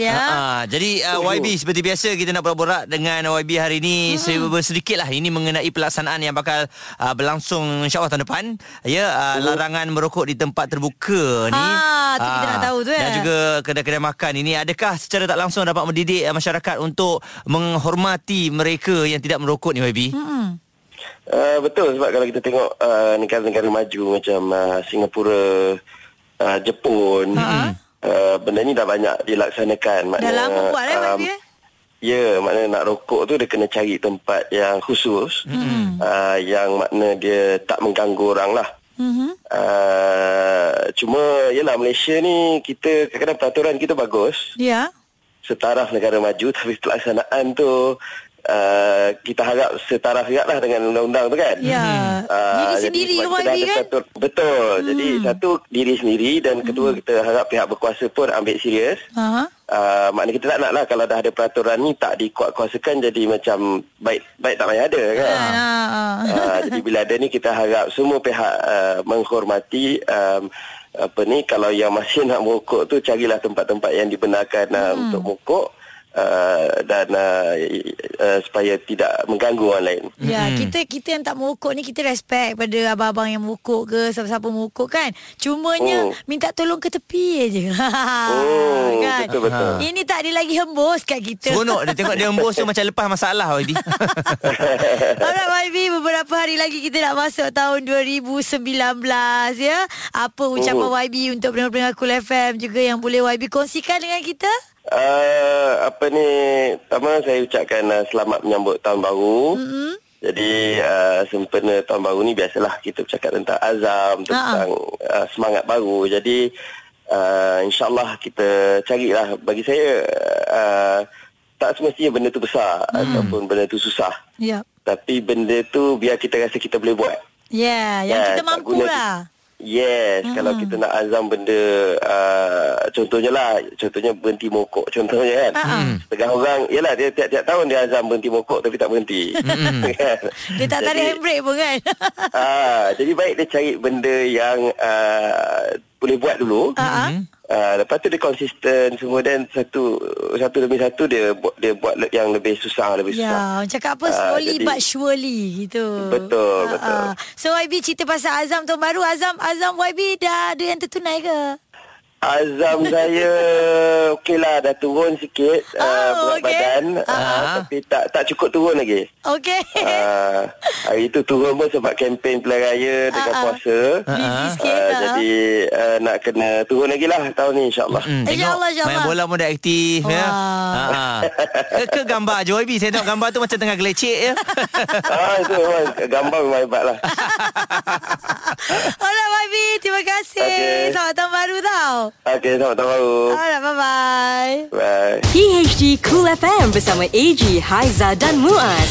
A: ya.
B: Ha, jadi uh, YB seperti biasa kita nak borak-borak dengan YB hari ini hmm. sedikit lah ini mengenai pelaksanaan yang bakal uh, berlangsung insyaallah tahun depan ya uh, larangan merokok di tempat terbuka ni
A: Oh. Ah, tu kita
B: Ah,
A: nak tahu tu,
B: dan
A: eh.
B: juga kedai-kedai makan ini adakah secara tak langsung dapat mendidik uh, masyarakat untuk menghormati mereka yang tidak merokok ni YB hmm.
H: Uh, betul sebab kalau kita tengok uh, negara-negara maju macam uh, Singapura, uh, Jepun, uh, benda ni dah banyak dilaksanakan. Maknanya,
A: Ha.
H: um,
A: lama buat, eh, YB, eh?
H: Ya, makna nak rokok tu dia kena cari tempat yang khusus mm-hmm. uh, yang makna dia tak mengganggu orang lah. Mm-hmm.
A: Mhm.
H: Uh, cuma yelah Malaysia ni kita kadang-kadang peraturan kita bagus
A: Ya.
H: setaraf negara maju tapi pelaksanaan tu uh, kita harap setaraf juga lah dengan undang-undang tu kan.
A: Ya.
H: Ah,
A: Diri
H: jadi
A: sendiri
H: sebab
A: ke
H: kita dah
A: YB
H: ada
A: kan?
H: Satu, betul. Hmm. Jadi satu diri sendiri dan kedua
A: Hmm.
H: kita harap pihak berkuasa pun ambil serius.
A: Ha.
H: Uh, maknanya kita tak nak lah kalau dah ada peraturan ni tak dikuat-kuasakan jadi macam baik baik tak payah ada kan.
A: Ha. ha.
H: Uh, jadi bila ada ni kita harap semua pihak uh, menghormati um, apa ni kalau yang masih nak merokok tu carilah tempat-tempat yang dibenarkan uh, hmm. ah, untuk merokok uh, dan uh, uh, supaya tidak mengganggu orang lain.
A: Ya, hmm. kita kita yang tak merokok ni kita respect pada abang-abang yang merokok ke siapa-siapa merokok kan.
H: Oh.
A: Cumanya minta tolong ke tepi aje.
H: Oh, betul, betul.
A: Ha. Ini tak ada lagi hembus kat kita.
B: Seronok dia tengok dia hembus tu macam lepas masalah Wadi.
A: Alright YB Beberapa hari lagi kita nak masuk tahun 2019 ya Apa ucapan
H: Oh.
A: YB untuk pendengar-pendengar Cool FM juga Yang boleh YB kongsikan dengan kita
H: Uh, apa ni pertama saya ucapkan uh, selamat menyambut tahun baru. Mm-hmm. Jadi uh, sempena tahun baru ni biasalah kita bercakap tentang azam tentang uh, semangat baru. Jadi uh, insyaallah kita carilah bagi saya uh, tak semestinya benda tu besar mm. ataupun benda tu susah.
A: Ya
H: Tapi benda tu biar kita rasa kita boleh buat.
A: Ya yeah, yang
H: Ya,
A: kita
H: tak
A: mampu
H: guna-
A: lah
H: Yes, hmm. kalau kita nak azam benda uh, contohnya lah, contohnya berhenti mokok contohnya kan. Hmm. Setengah orang, yalah dia tiap-tiap tahun dia azam berhenti mokok tapi tak berhenti. Hmm.
A: Dia tak tarik handbrake pun kan
H: Ah, jadi baik dia cari benda yang uh, boleh buat dulu.
A: Ha?
H: Uh-huh. Uh, lepas tu dia konsisten semua dan satu satu demi satu dia buat dia buat le- yang lebih susah lebih
A: Ya
H: susah.
A: orang cakap apa
H: Ah,
A: Slowly
H: jadi-
A: but surely gitu
H: Betul,
A: Ah,
H: betul.
A: ah. So YB cerita pasal Azam tahun baru Azam Azam YB dah ada yang tertunai ke
H: Azam saya okeylah dah turun sikit oh,
A: Oh,
H: uh, berat
A: okey.
H: okay. badan uh,
B: Ah.
H: tapi tak tak cukup turun lagi.
A: Okay
H: Uh, hari itu turun pun sebab kempen pilihan raya dengan
A: Ah, ah.
H: puasa.
A: Busy
H: Uh,
A: sikit ah.
H: jadi uh, nak kena turun lagi lah tahun ni insyaAllah.
A: Eh,
B: Hmm, tengok
A: insyaAllah, insyaAllah.
B: main bola pun dah aktif ya.
A: Wah.
B: Ha. ha. Ke, ke gambar je YB. Saya tengok gambar tu macam tengah gelecek ya.
H: ah, itu memang gambar memang hebat lah.
A: Alright YB Terima kasih
H: Okey.
A: Selamat tahun baru tau
H: Okey, selamat tahun baru.
A: Alright bye bye
H: Bye.
C: PHD Cool FM bersama AG, Haiza dan Muaz.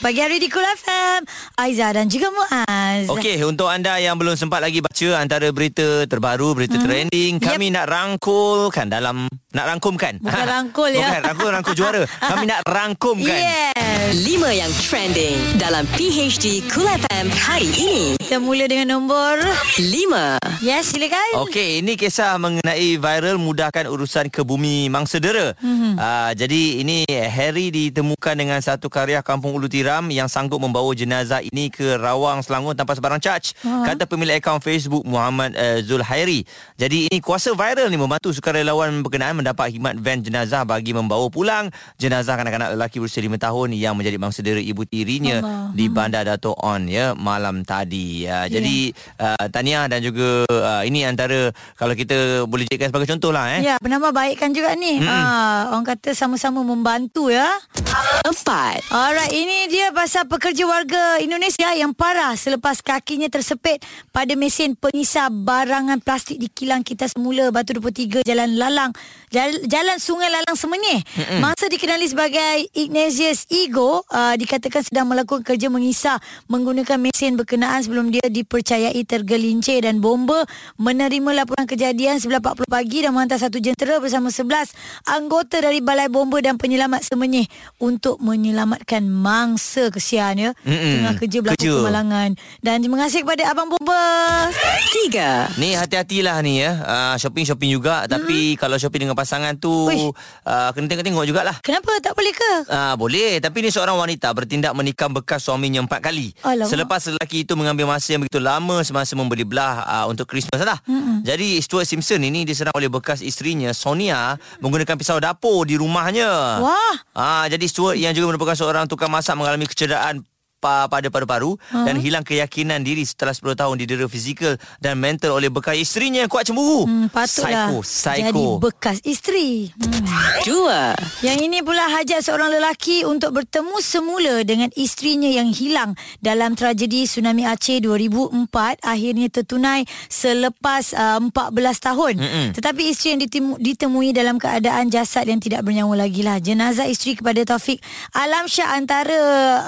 A: Pagi hari di Kul FM Aiza dan juga Muaz
B: Okey, untuk anda yang belum sempat lagi baca antara berita terbaru, berita hmm. trending, kami yep. nak rangkulkan dalam nak rangkumkan.
A: Bukan rangkul, ya.
B: Bukan rangkul rangkul juara. Kami nak rangkumkan.
A: Yes
C: Lima yang trending dalam PHD Cool FM hari ini.
A: Kita mula dengan nombor
C: Lima.
A: Yes silakan
B: Okey, ini kisah mengenai viral mudahkan urusan kebumi mangsedera. Mm-hmm. Uh, jadi ini Harry ditemukan dengan satu karya kampung Ulu Tiram yang sanggup membawa jenazah ini ke Rawang Selangor tanpa sebarang charge. Uh-huh. Kata pemilik akaun Facebook Muhammad uh, Zulhairi. Jadi ini kuasa viral ni membantu sukarelawan berkenaan mendapat khidmat van jenazah bagi membawa pulang jenazah kanak-kanak lelaki berusia 5 tahun yang menjadi mangsedera ibu tirinya Allah. di Bandar Dato' On ya malam tadi. Uh, yeah. Jadi
A: Ya.
B: uh, Tania dan juga uh, ini antara kalau kita boleh jadikan sebagai contoh lah eh.
A: Ya bernama baikkan juga ni ha, Orang kata sama-sama membantu ya
C: Empat.
A: Alright, ini dia pasal pekerja warga Indonesia yang parah selepas kakinya tersepit pada mesin pengisap barangan plastik di kilang kita semula Batu 23 Jalan Lalang Jal- Jalan Sungai Lalang Semenyih. Mm-mm. Masa dikenali sebagai Ignatius Ego uh, dikatakan sedang melakukan kerja mengisap menggunakan mesin berkenaan sebelum dia dipercayai tergelincir dan bomba menerima laporan kejadian 9.40 pagi dan menghantar satu jentera bersama 11 anggota dari Balai Bomba dan Penyelamat Semenyih untuk menyelamatkan mangsa kesian ya
B: Mm-mm.
A: tengah kerja berlaku
B: Kerja.
A: kemalangan dan terima kasih kepada abang Bomba
C: Tiga.
B: Ni hati-hatilah ni ya. Uh, shopping-shopping juga tapi kalau shopping dengan pasangan tu
A: Hmm. Uish.
B: uh, kena tengok-tengok jugalah.
A: kenapa tak boleh ke
B: Ah boleh tapi ni seorang wanita bertindak menikam bekas suaminya empat kali.
A: Alamak.
B: Selepas lelaki itu mengambil masa yang begitu lama semasa membeli belah ah, untuk Christmas lah. Mm-hmm. Jadi Stuart Simpson ini diserang oleh bekas isterinya Sonia menggunakan pisau dapur di rumahnya.
A: Wah.
B: Ah jadi Stuart yang juga merupakan seorang tukang masak mengalami kecederaan pa- pada paru-paru uh-huh. dan hilang keyakinan diri setelah 10 tahun didera fizikal dan mental oleh bekas isterinya yang kuat cemburu.
A: Hmm, patutlah
B: Psycho, psycho.
A: jadi bekas isteri. Hmm.
C: Dua.
A: Yang ini pula hajat seorang lelaki untuk bertemu semula dengan isterinya yang hilang dalam tragedi tsunami Aceh 2004 akhirnya tertunai selepas uh, 14 tahun. Mm-mm. Tetapi isteri yang ditemu, ditemui dalam keadaan jasad yang tidak bernyawa lagi lah. Jenazah isteri kepada Taufik Alamsyah antara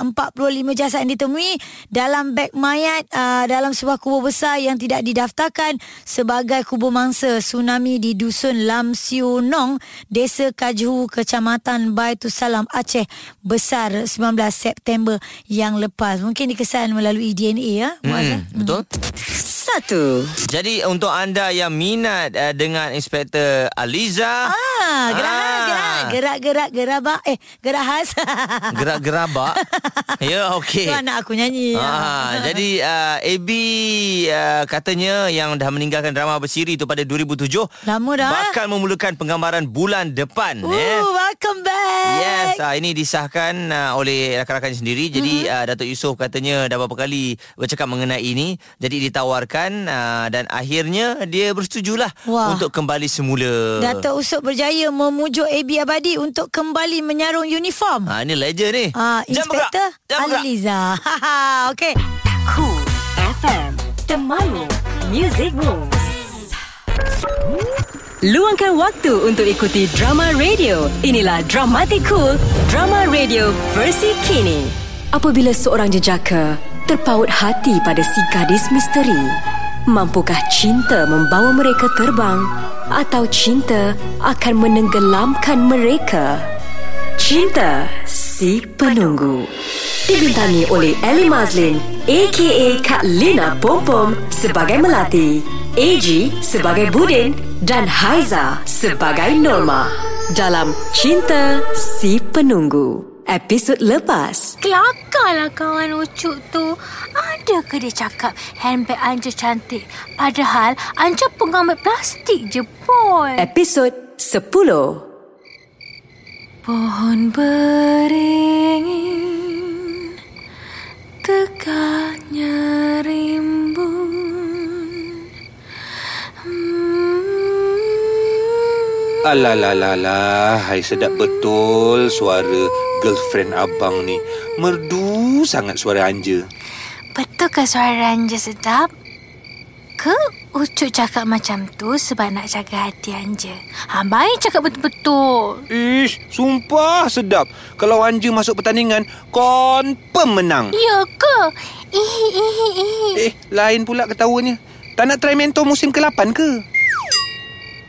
A: 45 jasad yang ditemui dalam beg mayat uh, dalam sebuah kubur besar yang tidak didaftarkan sebagai kubur mangsa tsunami di dusun Lam Siu Nong, Desa Kajhu, Kecamatan Baitusalam, Aceh besar 19 September yang lepas. Mungkin dikesan melalui DNA ya. Muaz, eh?
B: Hmm, betul?
C: satu.
B: Jadi untuk anda yang minat uh, dengan Inspektor Aliza
A: Ah, gerak
B: Ah. Hmm,
A: gerak gerak gerak gerak bak eh gerak has.
B: gerak-gerabak. ya
A: Tu
B: okey.
A: anak aku nyanyi.
B: Ah, jadi uh, AB uh, katanya yang dah meninggalkan drama bersiri itu pada 2007
A: Lama dah, eh? Uh,
B: bakal memulakan penggambaran bulan depan
A: Ooh,
B: eh.
A: welcome back.
B: Yes, uh, ini disahkan uh, oleh rakan-rakan sendiri. Jadi mm-hmm. uh, Datuk Yusof katanya dah beberapa kali bercakap mengenai ini. Jadi ditawarkan uh, dan akhirnya dia bersetujulah
A: Wah.
B: untuk kembali semula.
A: Dato' Usop berjaya memujuk AB Abadi untuk kembali menyarung uniform.
B: Ha, ini legend ni.
A: Ah,
B: Jam bergerak.
A: Inspektor
B: Jam bergerak.
A: Aliza. Haha, okey.
C: Cool FM. Temanmu. Music Moves. Luangkan waktu untuk ikuti drama radio. Inilah Dramatic Cool, drama radio versi kini. Apabila seorang jejaka terpaut hati pada si gadis misteri, mampukah cinta membawa mereka terbang atau cinta akan menenggelamkan mereka? Cinta Si Penunggu Dibintangi oleh Ellie Mazlin A.K.A. Kak Lina Pompom sebagai Melati AG sebagai Budin dan Haiza sebagai Norma dalam Cinta Si Penunggu episod lepas
I: Kelakarlah kawan Ucup tu. Adakah dia cakap handbag Anja cantik? Padahal Anja pengambil plastik je, Paul.
C: episod 10
I: Pohon beringin Tegaknya rimbun hmm.
J: Alalalah, hai sedap betul suara girlfriend abang ni. Merdu sangat suara anja.
I: Betul ke suara Anja sedap? Ke Ucup cakap macam tu sebab nak jaga hati Anja? Ha, baik cakap betul-betul.
J: Ish, sumpah sedap. Kalau anja masuk pertandingan, confirm menang.
I: Ya ke? Ihi, ihi, ihi.
J: Hmm. Eh, lain pula ketawanya. Tak nak try mentor musim ke-8 ke?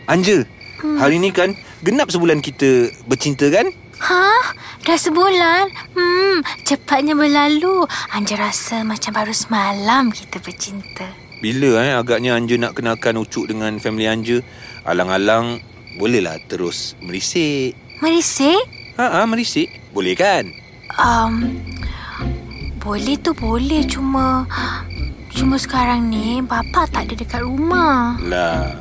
J: Anja,
I: Hmm.
J: hari ni kan genap sebulan kita bercinta kan?
I: Hah? Dah sebulan? Hmm, cepatnya berlalu. Anja rasa macam baru semalam kita bercinta.
J: Bila eh agaknya Anja nak kenalkan Ucuk dengan family Anja, alang-alang bolehlah terus merisik.
I: Merisik?
J: Ha ah, merisik. Boleh kan?
I: Um, boleh tu boleh cuma... Cuma sekarang ni, bapa tak ada dekat rumah.
J: Lah.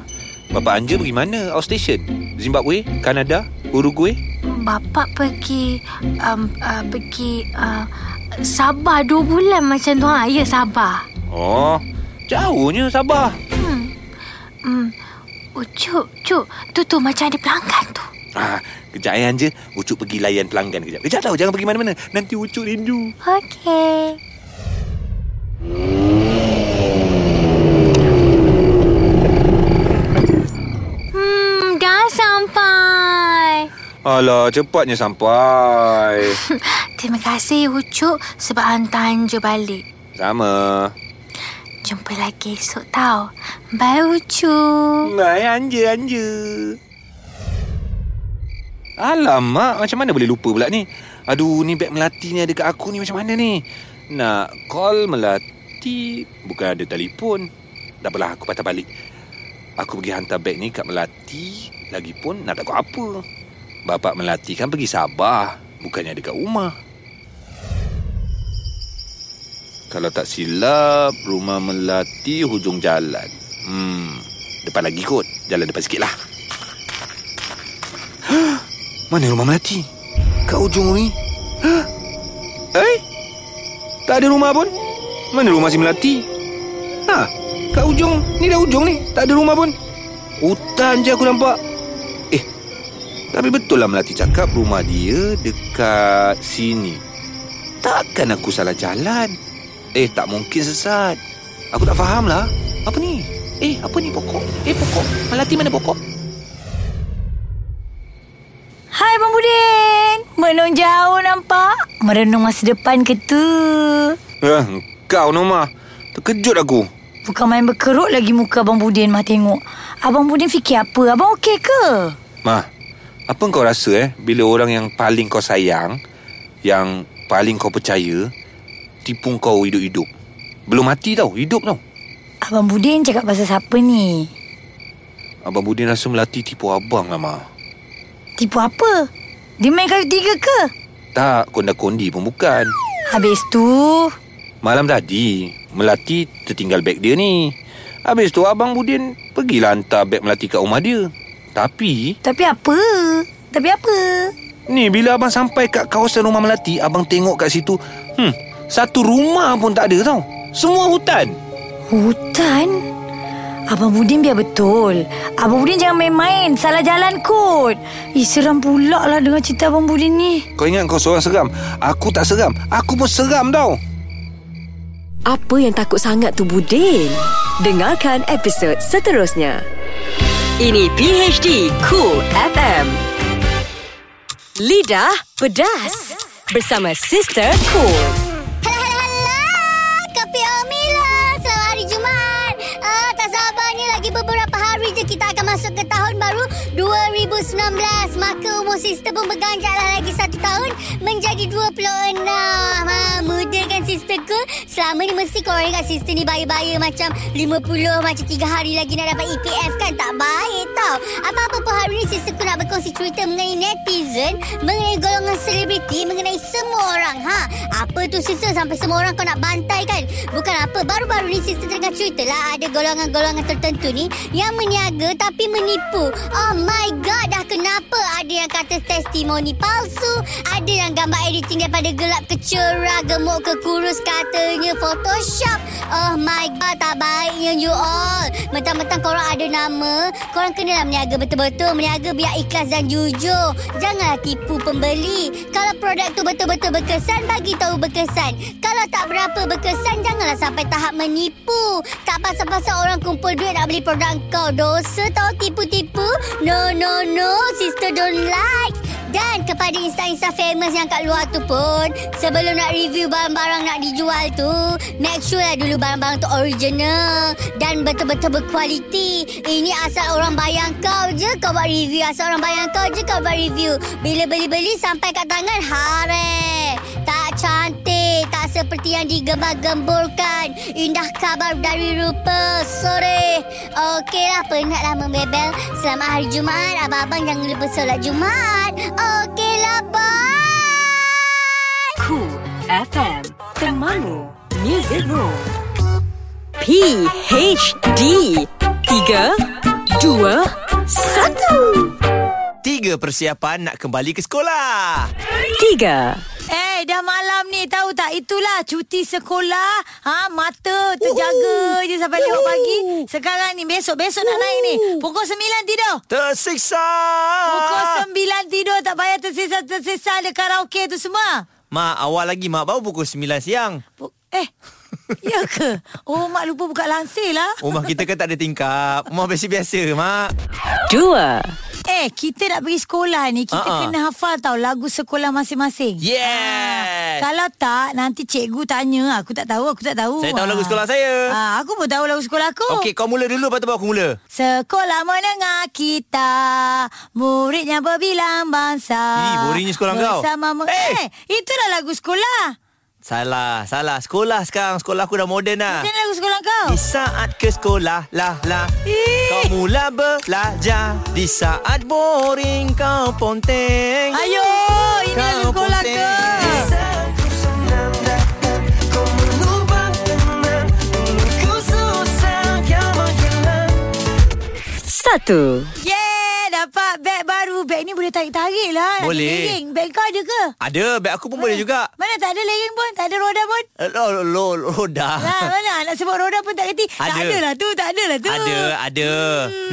J: Bapa Anja pergi mana? Outstation? Zimbabwe? Kanada? Uruguay?
I: Bapa pergi... Um, uh, pergi... Uh, Sabah dua bulan macam tu. Ha, ya, Sabah.
J: Oh, jauhnya Sabah.
I: Hmm. Oh, Cuk, Cuk. Tu tu macam ada pelanggan tu.
J: Ah, kejap eh Anja. Ucuk pergi layan pelanggan kejap. Kejap tau, jangan pergi mana-mana. Nanti Ucuk rindu.
I: Okey. Hmm, dah sampai.
J: Alah, cepatnya sampai.
I: Terima kasih Ucup sebab hantar Anja balik.
J: Sama.
I: Jumpa lagi esok tau. Bye Ucup.
J: Hai, Anja, Anja. Alamak, macam mana boleh lupa pula ni? Aduh, ni beg Melati ni ada kat aku ni macam mana ni? Nak call Melati, bukan ada telefon. Tak apalah, aku patah balik. Aku pergi hantar beg ni kat Melati. Lagipun, nak takut apa? Bapak Melati kan pergi Sabah. Bukannya dekat rumah. Kalau tak silap, rumah Melati hujung jalan. Hmm, depan lagi kot. Jalan depan sikit lah. Mana rumah Melati? Kat hujung ni? Hah? Eh? Tak ada rumah pun? Mana rumah si Melati? Ha? Kat hujung? Ni dah hujung ni. Tak ada rumah pun. Hutan je aku nampak. Eh, tapi betul lah Melati cakap rumah dia dekat sini. Takkan aku salah jalan. Eh, tak mungkin sesat. Aku tak faham lah. Apa ni? Eh, apa ni pokok? Eh, pokok. Melati mana pokok?
A: Hai Bang Budin. Menung jauh nampak? Merenung masa depan ke tu?
J: Eh, kau Norma. Terkejut aku.
A: Bukan main berkerut lagi muka Abang Budin mah tengok. Abang Budin fikir apa? Abang okey ke?
J: Ma, apa kau rasa eh bila orang yang paling kau sayang, yang paling kau percaya, tipu kau hidup-hidup? Belum mati tau, hidup tau.
K: Abang Budin cakap pasal siapa ni?
J: Abang Budin rasa Melati tipu abang lah, Ma.
K: Tipu apa? Dia main kayu tiga ke?
J: Tak, konda-kondi pun bukan.
K: Habis tu...
J: Malam tadi, Melati tertinggal beg dia ni. Habis tu Abang Budin pergilah hantar beg Melati kat rumah dia. Tapi,
K: Tapi apa? Tapi apa?
J: ni bila Abang sampai kat kawasan rumah Melati, Abang tengok kat situ, hmm, satu rumah pun tak ada tau. Semua hutan.
K: Hutan? Abang Budin biar betul. Abang Budin jangan main-main. Salah jalan kot. Ih, seram pula lah dengan cerita Abang Budin ni.
J: Kau ingat kau seorang seram? Aku tak seram. Aku pun seram tau.
C: Apa yang takut sangat tu Budin? Dengarkan episod seterusnya. Ini PHD Cool FM. Lidah pedas bersama Sister Cool.
L: Hello, hello, hello. Kopi Omila. Selamat hari Jumaat. Uh, tak sabarnya lagi beberapa hari je kita akan masuk ke tahun baru 2019. Maka umur sister pun berganjaklah lagi satu tahun menjadi 26. Ha, muda kan sister ke? Selama ni mesti korang ingat sister ni bayar-bayar macam 50 macam 3 hari lagi nak dapat EPF kan? Tak baik tau. Apa-apa pun hari ni sister ku nak berkongsi cerita mengenai netizen, mengenai golongan selebriti, mengenai semua orang. Ha, apa tu sister sampai semua orang kau nak bantai kan? Bukan apa, baru-baru ni sister tengah cerita lah ada golongan-golongan tertentu ni yang meniaga tapi menipu. Oh my god, dah kenapa ada yang kata testimoni palsu, ada yang gambar editing daripada gelap ke cerah, gemuk ke kurus katanya photoshop. Oh my god, tak baiknya you all. Mentang-mentang korang ada nama, korang kenalah meniaga betul-betul, meniaga biar ikhlas dan jujur. Janganlah tipu pembeli. Kalau produk tu betul-betul berkesan, bagi tahu berkesan. Kalau tak berapa berkesan, janganlah sampai tahap menipu. Tak pasal-pasal orang kumpul duit nak beli produk kau. Dosa tau tipu-tipu. No, no, no. Sister don't like. Dan kepada insta-insta famous yang kat luar tu pun Sebelum nak review barang-barang nak dijual tu Make sure lah dulu barang-barang tu original Dan betul-betul berkualiti Ini asal orang bayang kau je kau buat review Asal orang bayang kau je kau buat review Bila beli-beli sampai kat tangan hare Tak cantik Tak seperti yang digembar-gemburkan Indah kabar dari rupa Sore Okeylah penatlah lah membebel Selamat hari Jumaat Abang-abang jangan lupa solat Jumaat lah, Okeylah bye
C: Cool FM. Temanmu. Music Room. PHD 3 2 1
B: Tiga persiapan nak kembali ke sekolah.
C: 3
A: Eh dah malam ni tahu tak itulah cuti sekolah ha mata terjaga
K: Uhuh.
A: je sampai 5 pagi sekarang ni besok-besok nak naik ni
K: Uhuh.
A: pukul 9 tidur
B: Tersiksa.
A: pukul 9 tidur tak payah tersisa-tersisa ada karaoke tu semua
B: Mak, awal lagi mak baru pukul 9 siang.
A: Pu- eh ya ke oh mak lupa buka lansir lah
B: Rumah kita kan tak ada tingkap. Rumah biasa-biasa, mak.
C: 2
A: eh kita nak pergi sekolah ni kita uh-uh.
B: Ha-ha.
A: kena hafal tau lagu sekolah masing-masing Ah,
B: Yes.
A: Kalau tak nanti cikgu tanya aku tak tahu aku tak tahu.
B: Saya tahu lagu
A: Ah.
B: sekolah saya.
A: Ah aku pun tahu lagu sekolah aku.
B: Okey, kau mula dulu lepas tu baru aku mula.
A: Sekolah menengah kita Muridnya berbilang bangsa
B: Ih, boringnya sekolah kau.
A: Bersama meng-
B: Eh!
A: eh. itulah lagu sekolah
B: Salah, salah. Sekolah sekarang. Sekolah aku dah moden dah.
A: Ini lagu sekolah kau
B: Ah. Di saat ke sekolah lah lah
A: Ih.
B: Kau mula belajar Di saat boring kau ponteng
A: Ayo Ini
B: Kau
A: lagu sekolah
B: ponteng.
A: kau
C: Satu.
A: Yeah Dapat beg baru Beg ni boleh tarik-tarik lah Ada
B: Boleh.
A: layering. Beg kau ada ke?
B: Ada, beg aku pun boleh juga
A: Mana tak ada layering pun Tak ada roda pun
B: Eh, Lo, lo, lo
A: Lah,
B: dah
A: mana nak sebut roda pun tak kerti Tak
B: Ada.
A: ada lah tu Tak ada lah tu Hmm.
B: Ada, ada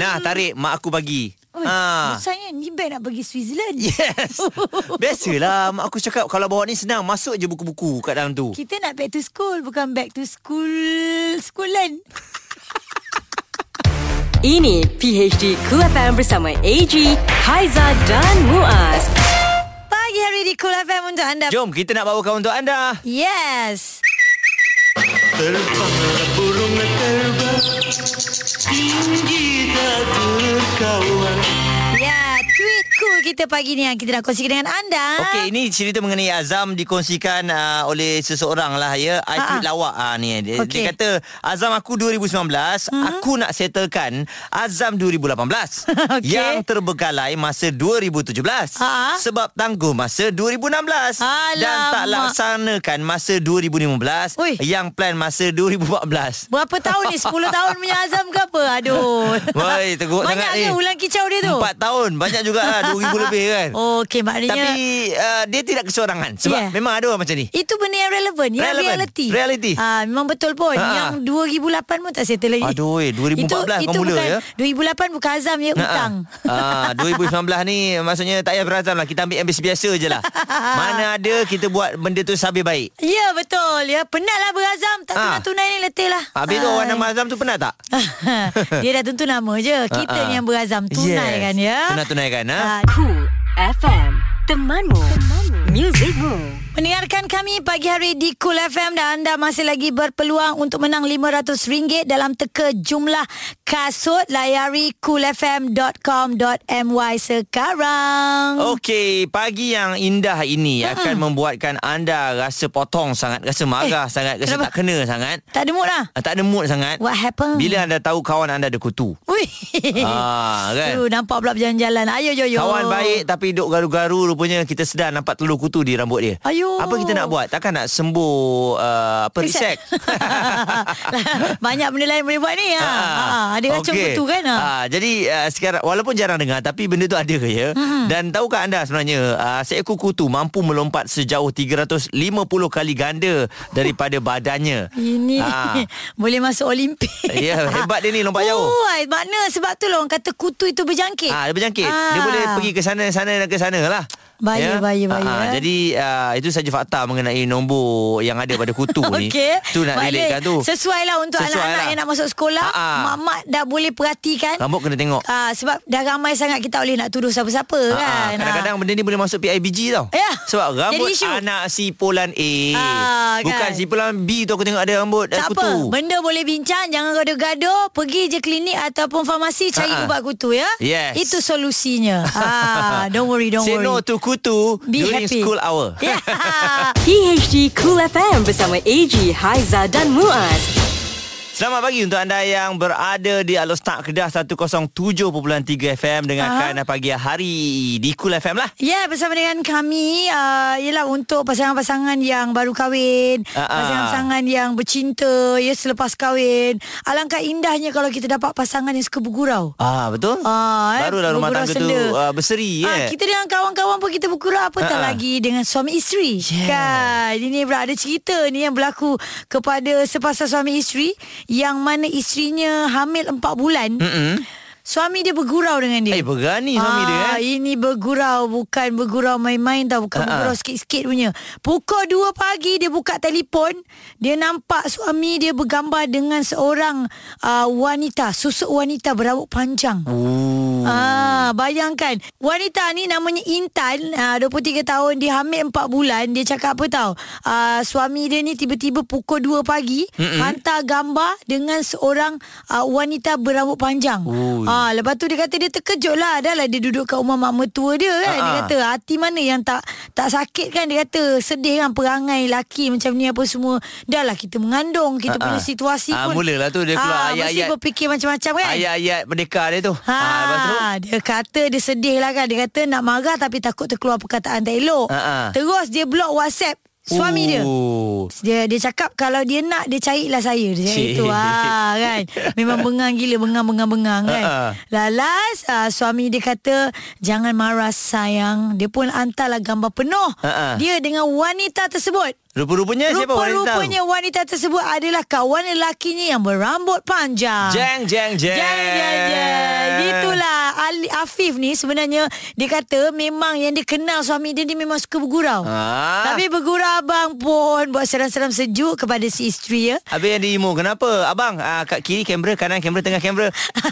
B: Nah, tarik mak aku bagi
A: Oi,
B: Ha.
A: Rasanya ni beg nak pergi Switzerland Oh,
B: Yes Biasalah Mak aku cakap Kalau bawa ni senang Masuk je buku-buku Kat dalam tu
A: Kita nak back to school Bukan back to school Schoolan
C: Ini PHD Cool FM bersama AG, Haiza dan Muaz.
A: Pagi hari di Cool FM untuk anda
B: Jom kita nak bawakan untuk anda
A: Yes Terbang burung terbang Tinggi tak terkawan Ya, tweet cool kita pagi ni yang kita nak kongsikan dengan anda.
B: Okey, ini cerita mengenai Azam dikongsikan uh, oleh seseorang lah ya. I tweet lawak uh, ni.
A: Okey. Hmm.
B: Dia, okay. dia kata, Azam aku 2019, mm-hmm. aku nak settlekan Azam 2018.
A: Okey.
B: Yang terbekalai masa 2017.
A: Ah.
B: Sebab tangguh masa 2016. Dan tak
A: Alamak.
B: laksanakan masa 2015.
A: Ui.
B: Yang plan masa 2014.
A: Berapa tahun ni? 10 tahun punya azam ke apa? Aduh.
B: Woi, teruk
A: Banyak
B: sangat
A: ke
B: eh.
A: ulang kicau dia tu?
B: 4 tahun. Banyak juga lah. 2000 lebih kan.
A: Oh, Okey, maknanya Ya.
B: Tapi uh, dia tidak kesorangan Sebab
A: Yeah.
B: yeah. memang ada orang macam ni
A: itu benda yang relevan Yang
B: Relevan.
A: reality
B: Reality.
A: Ah, Memang betul pun
B: Ha-ha.
A: Yang 2008 pun tak settle lagi
B: Aduh, eh, 2014 kau
A: itu
B: mula,
A: bukan,
B: ya?
A: 2008 bukan azam ya Utang
B: Ah, 2019 ni maksudnya tak payah berazam lah. Kita ambil yang biasa-biasa je lah.
A: Ah.
B: Mana ada kita buat benda tu sabir baik.
A: Ya betul ya Penatlah berazam Tak
B: Ah.
A: tunai-tunai ni letih lah
B: Habis tu
A: Ah.
B: orang nama azam tu pernah tak?
A: Dia dah tentu nama je Kita
B: Ah, ah.
A: ni yang berazam Tunaikan
B: yes.
A: ya
B: Tunai tunaikan ha?
A: Ah,
C: Cool FM Temanmu, Temanmu. Musicmu
A: Mendengarkan kami pagi hari di Cool FM dan anda masih lagi berpeluang untuk menang RM500 dalam teka jumlah kasut layari coolfm.com.my sekarang.
B: Okey, pagi yang indah ini akan membuatkan anda rasa potong sangat, rasa marah
A: Eh,
B: sangat, rasa
A: kenapa?
B: tak kena sangat.
A: Tak ada mood lah.
B: ah, Tak ada mood sangat.
A: What happened?
B: Bila anda tahu kawan anda ada kutu.
A: Ui.
B: Ah, kan?
A: Tu nampak pula berjalan-jalan. Ayo yo yo.
B: Kawan baik tapi duk garu-garu rupanya kita sedar nampak telur kutu di rambut dia.
A: Ayuh.
B: Apa kita nak buat? Takkan nak sembuh uh, apa
A: Reset.
B: reset.
A: Banyak benda lain boleh buat ni ha. ha. Ada kacang okay. kutu kan ha.
B: Ah, jadi uh, sekarang walaupun jarang dengar tapi benda tu ada ke ya. Hmm. Dan tahukah anda sebenarnya uh, seekor kutu mampu melompat sejauh 350 kali ganda daripada badannya.
A: Ini
B: Ah.
A: boleh masuk Olimpik.
B: Ya, hebat dia ni lompat jauh.
A: Oh, ai, makna sebab tu lah orang kata kutu itu berjangkit.
B: Ah, dia berjangkit. Ah. Dia
A: Ah.
B: boleh pergi ke sana sana dan ke sana lah.
A: Bahaya, bahaya, bahaya.
B: Ah, ah. jadi ah, itu saja fakta mengenai nombor yang ada pada kutu ni.
A: Okey.
B: Tu nak
A: Maknanya
B: relatekan tu.
A: Sesuai lah untuk
B: Sesuai
A: anak-anak
B: lah.
A: yang nak masuk sekolah.
B: Ha, ha.
A: Mak-mak dah boleh perhatikan.
B: Rambut kena tengok.
A: Ah, sebab dah ramai sangat kita boleh nak tuduh siapa-siapa
B: Ah, ah.
A: kan.
B: Kadang-kadang benda ni boleh masuk PIBG tau
A: Ya.
B: Sebab
A: Jadi
B: rambut
A: isu.
B: anak sipulan A
A: Ah, kan.
B: Bukan sipulan B tu aku tengok ada rambut
A: tak
B: eh, kutu
A: apa, benda boleh bincang, jangan gaduh-gaduh, pergi je klinik ataupun farmasi cari
B: Ha, ha.
A: ubat kutu ya.
B: Yes.
A: Itu solusinya. ah, don't worry, don't
B: Say
A: worry.
B: no to kutu
A: Be
B: During
A: happy.
B: school hour
A: Yeah.
C: PHD Cool FM bersama AG, Haiza dan Muaz
B: Selamat pagi untuk anda yang berada di Alor Start Kedah 107.3 FM Dengarkan pagi hari di Cool FM lah
A: Ya, yeah, bersama dengan kami uh, Ialah untuk pasangan-pasangan yang baru kahwin
B: Ah, ah.
A: Pasangan-pasangan yang bercinta Ya, selepas kahwin Alangkah indahnya kalau kita dapat pasangan yang suka bergurau
B: Ah betul.
A: Ah, eh,
B: Barulah rumah
A: bergurau
B: tangga tu
A: senda.
B: uh, berseri
A: Ah,
B: eh.
A: kita dengan kawan-kawan pun kita bergurau Apatah
B: Ah, ah.
A: lagi dengan suami isteri yeah. Kan Ini pula ada cerita ni yang berlaku Kepada sepasang suami isteri Yang mana isterinya hamil 4 bulan
B: Mm-mm.
A: Suami dia bergurau dengan dia
B: Eh berani suami dia
A: Ah,
B: eh.
A: Ini bergurau Bukan bergurau main-main tau Bukan
B: Ha-ha.
A: bergurau sikit-sikit punya Pukul 2 pagi Dia buka telefon Dia nampak suami dia bergambar Dengan seorang uh, wanita Susuk wanita berawak panjang
B: Ooh.
A: Ah, bayangkan wanita ni namanya Intan, ah, 23 tahun, dia hamil 4 bulan. Dia cakap apa tahu? Ah, suami dia ni tiba-tiba pukul 2 pagi Mm-mm. hantar gambar dengan seorang ah, wanita berambut panjang.
B: Ui.
A: Ah, lepas tu dia kata dia terkejut lah. Dah lah dia duduk kat rumah mak mertua dia kan. Dia
B: Ah-ah.
A: kata hati mana yang tak tak sakit kan dia kata sedih kan perangai laki macam ni apa semua. Dah lah kita mengandung, kita
B: Ah-ah.
A: punya situasi
B: Ah,
A: pun.
B: mulalah tu dia keluar
A: Ah, mesti
B: ayat-ayat.
A: berfikir macam-macam kan.
B: Ayat-ayat berdeka dia tu.
A: Ha,
B: Ah, lepas tu.
A: dia kata dia sedih lah kan. Dia kata nak marah tapi takut terkeluar perkataan tak elok.
B: Ha, Oh. ha.
A: Terus dia block WhatsApp suami dia.
B: Ooh.
A: Dia dia cakap kalau dia nak dia carilah saya. Dia cakap
B: Cik.
A: itu ha, kan. Memang bengang gila bengang bengang bengang kan.
B: Ha, ha.
A: Lalas ah, suami dia kata jangan marah sayang. Dia pun hantarlah gambar penuh
B: Ha, ha.
A: dia dengan wanita tersebut.
B: Rupa-rupanya siapa wanita tu?
A: Rupa-rupanya wanita tersebut adalah kawan lelakinya yang berambut panjang.
B: Jeng jeng jeng.
A: Jeng jeng jeng Gitulah Ali Afif ni sebenarnya Dia kata memang yang dia kenal suami dia Dia memang suka bergurau
B: Ah.
A: Tapi bergurau abang pun Buat seram-seram sejuk kepada si isteri ya
B: Habis yang diimu Kenapa Abang ah, Kat kiri kamera Kanan kamera Tengah kamera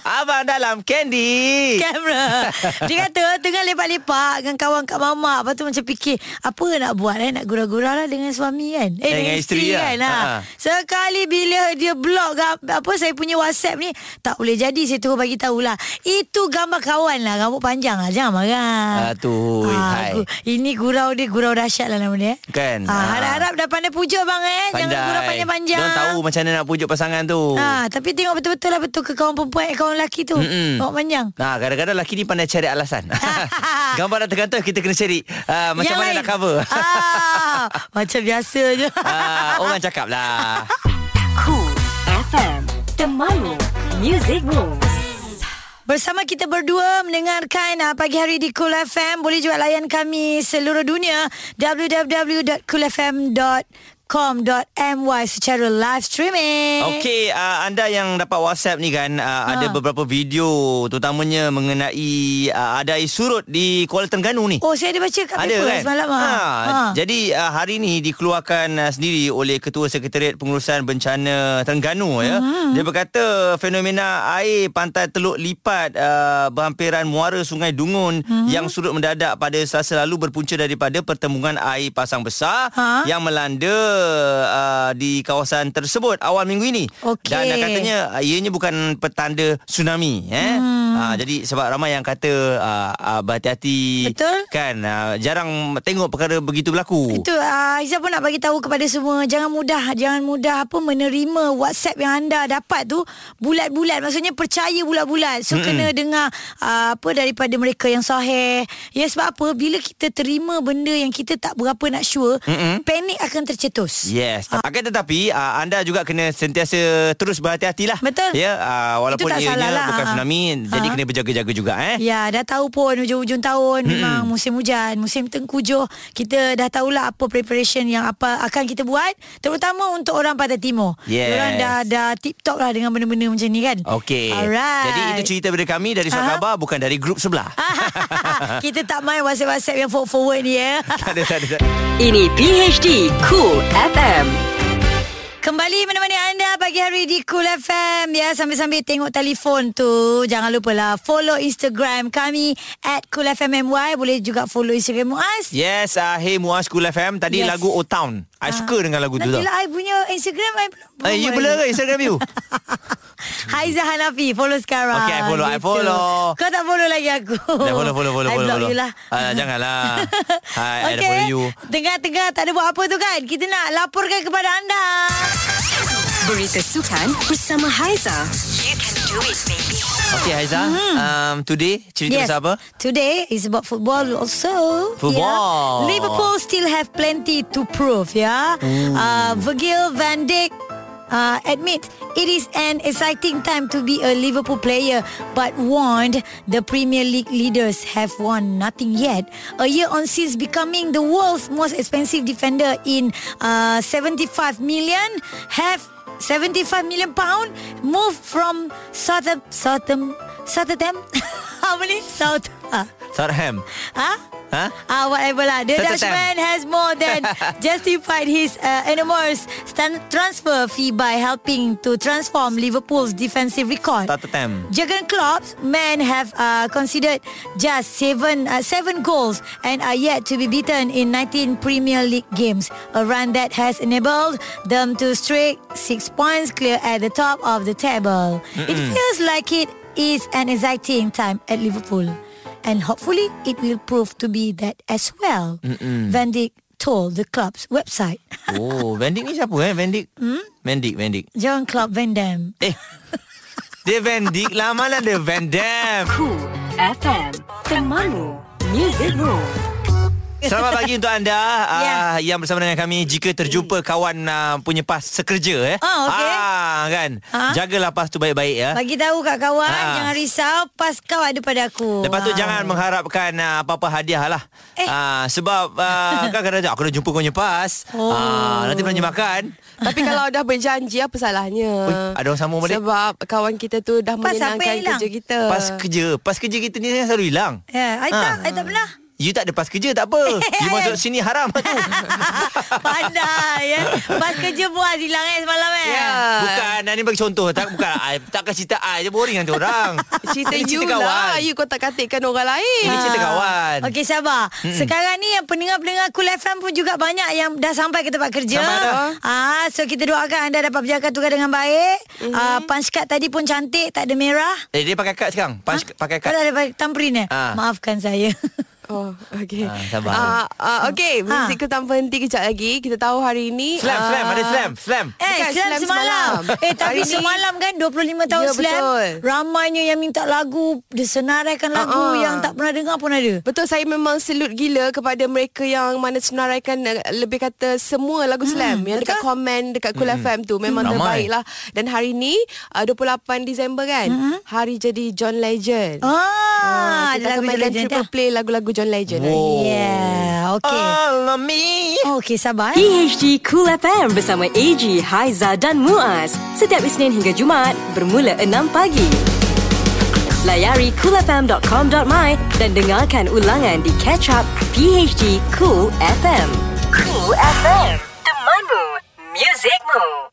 B: Abang dalam candy
A: Kamera Dia kata tengah lepak-lepak Dengan kawan kat mamak Lepas tu macam fikir Apa nak buat eh Nak gurau-gurau lah dengan suami kan Eh dengan, isteri,
B: isteri lah.
A: kan ha.
B: Ha.
A: Sekali bila dia block gam- Apa saya punya whatsapp ni Tak boleh jadi Saya terus bagi tahulah Itu gambar kawan lah Rambut panjang lah Jangan marah
B: Ah, tu, hai.
A: gu- Ini gurau dia Gurau dahsyat lah nama dia
B: Kan?
A: ah,
B: Ah.
A: Harap-harap dah pandai pujuk bang eh Jangan gurau panjang-panjang
B: Diorang tahu macam mana nak pujuk pasangan tu.
A: Ah, tapi tengok betul-betul lah betul ke kawan perempuan eh, kawan lelaki tu.
B: Mm-mm.
A: Tengok panjang. Ha.
B: Nah, kadang-kadang lelaki ni pandai cari alasan. Gambar dah tergantung kita kena cari. Ah, macam
A: Yang
B: mana
A: lain.
B: nak cover.
A: ah, macam biasa je.
B: Ah, orang cakap lah.
C: Cool FM Temanmu Music Rules
A: Bersama kita berdua mendengarkan uh, pagi hari di Cool FM. Boleh juga layan kami seluruh dunia www.coolfm.com.my secara live streaming.
B: Okey, uh, anda yang dapat WhatsApp ni kan uh,
A: Ha.
B: ada beberapa video terutamanya mengenai uh, adai surut di Kuala Terengganu ni.
A: Oh, saya ada baca kat
B: ada
A: paper
B: kan?
A: semalam. ah. Ah.
B: Jadi uh, hari ni dikeluarkan uh, sendiri oleh Ketua Sekretariat Pengurusan Bencana Terengganu ya.
A: Ah.
B: Dia berkata fenomena air pantai Teluk Lipat uh, berhampiran muara Sungai Dungun
A: Hmm.
B: yang surut mendadak pada Selasa lalu berpunca daripada pertemuan air pasang besar
A: Ha?
B: yang melanda uh, di kawasan tersebut awal minggu ini.
A: Okey.
B: Dan dia katanya uh, ianya bukan petanda tsunami eh.
A: Hmm.
B: Uh, jadi sebab ramai yang kata uh, uh, berhati-hati
A: Betul.
B: Kan uh, jarang tengok perkara begitu berlaku.
A: Itu uh, Aiza pun nak bagi tahu kepada semua jangan mudah jangan mudah apa menerima WhatsApp yang anda dapat tu bulat-bulat maksudnya percaya bulat-bulat. So mm kena dengar uh, apa daripada mereka yang sahih. Ya sebab apa bila kita terima benda yang kita tak berapa nak sure, mm panik akan tercetus.
B: Yes. Ha. Akan tetapi uh, anda juga kena sentiasa terus berhati-hatilah.
A: Betul.
B: Ya, uh, walaupun
A: Itu tak
B: ianya
A: salah lah.
B: bukan
A: Ha.
B: tsunami jadi
A: Ha.
B: kena berjaga-jaga juga eh.
A: Ya, dah tahu pun hujung-hujung tahun mm memang musim hujan, musim tengkujuh. Kita dah tahulah apa preparation yang apa akan kita buat, terutama untuk orang Pantai Timur.
B: Yes.
A: Orang dah dah tip-top lah dengan benda-benda macam ni kan.
B: Okey.
A: Alright.
B: Jadi itu cerita dari kami dari Surat
A: Aha. Ah.
B: Khabar bukan dari grup sebelah. Ha?
A: kita tak main WhatsApp-WhatsApp yang forward-forward ni ya.
B: tak ada tak ada. tak ada.
C: Ini PHD Cool FM
A: Kembali menemani anda pagi hari di Cool FM. Ya, sambil-sambil tengok telefon tu. Jangan lupa lah follow Instagram kami at Cool FM MY. Boleh juga follow Instagram Muaz.
B: Yes, uh, hey Muaz Cool FM tadi
A: Yes. Ah.
B: lagu O Town. I suka dengan lagu tu. tau.
A: Nantilah lah I punya Instagram I belum
B: Eh, you boleh ke Instagram you?
A: Haiza Hanafi Follow sekarang
B: Okay, I follow, I follow.
A: Kau tak follow lagi aku
B: Dah follow follow follow
A: Oh. I
B: follow.
A: block
B: follow.
A: you lah
B: Ah, janganlah. Hai, okay. I dah follow you.
A: Tengah-tengah tak ada buat apa tu kan Kita nak laporkan kepada anda
C: Berita sukan bersama Haiza You can do it baby
B: Okay Haiza,
A: Hmm.
B: um, today cerita yes. pasal apa?
A: Today is about football also
B: Football.
A: yeah. Liverpool still have plenty to prove yeah. Uh, Virgil van Dijk uh, admits it is an exciting time to be a Liverpool player but warned the Premier League leaders have won nothing yet. A year on since becoming the world's most expensive defender in uh, 75 million have 75 million pound move from Southam Southam Southam how many South ah
B: Southampton.
A: huh?
B: Ha?
A: Ah, whatever lah. The
B: Satu
A: Dutchman has more than justified his uh, enormous stan- transfer fee by helping to transform Liverpool's defensive record.
B: Satu time.
A: Jurgen Klopp's men have uh, considered just seven uh, seven goals and are yet to be beaten in 19 Premier League games. A run that has enabled them to streak six points clear at the top of the table. It feels like it is an exciting time at Liverpool, and hopefully it will prove to be that as well. Van Dijk told the club's website.
B: Oh, Vendik ni siapa eh? Vendik? Hmm? Vendik, Vendik.
A: John Klopp Van Dam.
B: Eh. Dia Vendik lah mana dia Van Dam.
C: Cool FM Temanmu Music Rules
B: Selamat pagi untuk anda
A: Ya.
B: yeah. uh, yang bersama dengan kami jika terjumpa kawan uh, punya pas sekerja eh.
A: Ah, okey.
B: Ah kan.
A: Ah.
B: Jagalah pas tu baik-baik ya.
A: Bagi tahu kat kawan
B: Ah.
A: Jangan risau Pas kau ada pada aku
B: Lepas tu
A: Ah.
B: jangan mengharapkan uh, apa-apa hadiah lah.
A: Eh.
B: Uh, sebab uh, kan kadang-kadang aku dah jumpa kau punya pas. Oh. Uh, nanti belanja makan.
M: Tapi kalau dah berjanji apa salahnya?
B: Ui, ada orang sambung balik.
M: Sebab kawan kita tu dah
A: Pas apa yang
M: menyenangkan
A: hilang?
M: kerja kita.
B: Pas kerja. Pas kerja kita ni selalu hilang.
A: Ya, yeah, I
B: Ah.
A: tak, I tak pernah.
B: You tak ada pas kerja tak apa You masuk sini haram lah tu
A: Pandai ya. Pas kerja buat hilang eh semalam eh.
M: Ya.
B: Bukan Ini bagi contoh tak, Bukan I, Takkan cerita I je boring nanti orang
M: Cerita
B: Ini
M: you
B: cerita kawan
M: lah You kotak-katikkan orang lain
B: Ini cerita kawan
A: Ha.
B: Hmm.
A: Okey sabar.
B: Mm-mm.
A: Mm-mm. Sekarang ni yang pendengar-pendengar Cool FM pun juga banyak yang dah sampai ke tempat kerja.
B: Sama ada.
A: Ah, so kita doakan anda dapat berjaga tugas dengan baik.
M: Mhm.
A: Mm-hmm. Ah, punch card tadi pun cantik, tak ada merah.
B: Eh dia pakai kad sekarang Punch, Pakai kad
A: Kau dah ada tamperin eh?
B: Ah.
A: Maafkan saya.
M: Oh, okey.
B: Ah, sabar.
M: Ah, ah, okey, muzik ha. tanpa henti kejap lagi. Kita tahu hari ini
B: Slam
M: ah,
B: slam Ada slam Slam
A: Eh,
M: Bukan,
A: slam,
M: slam
A: semalam.
M: semalam.
A: Eh, tapi
M: Hari ni-
A: semalam kan 25 tahun
M: Ya,
A: slam.
M: betul.
A: Ramainya yang minta lagu, dia senaraikan lagu
M: Ah, ah.
A: yang tak pernah dengar pun ada.
M: Betul saya memang selut gila kepada mereka yang mana senaraikan eh, lebih kata semua
A: Hmm,
M: lagu slam yang dekat komen dekat Cool FM tu memang
B: Ramai.
M: terbaik lah. Dan hari ni ah, 28 Disember kan hari jadi John Legend.
A: Hmm. Ah,
M: Ah,
A: ada
M: kita akan
A: lagu
M: mainkan
A: legend
M: triple
A: dah.
M: play lagu-lagu John Legend hari ni.
A: Yeah, okay.
B: All of me
A: Okay, sabar. eh.
C: PHD Cool FM bersama AG, Haiza dan Muaz. Setiap Isnin hingga Jumaat bermula 6 pagi. Layari coolfm.com.my dan dengarkan ulangan di Catch Up PHD Cool FM. Cool FM, temanmu, muzikmu.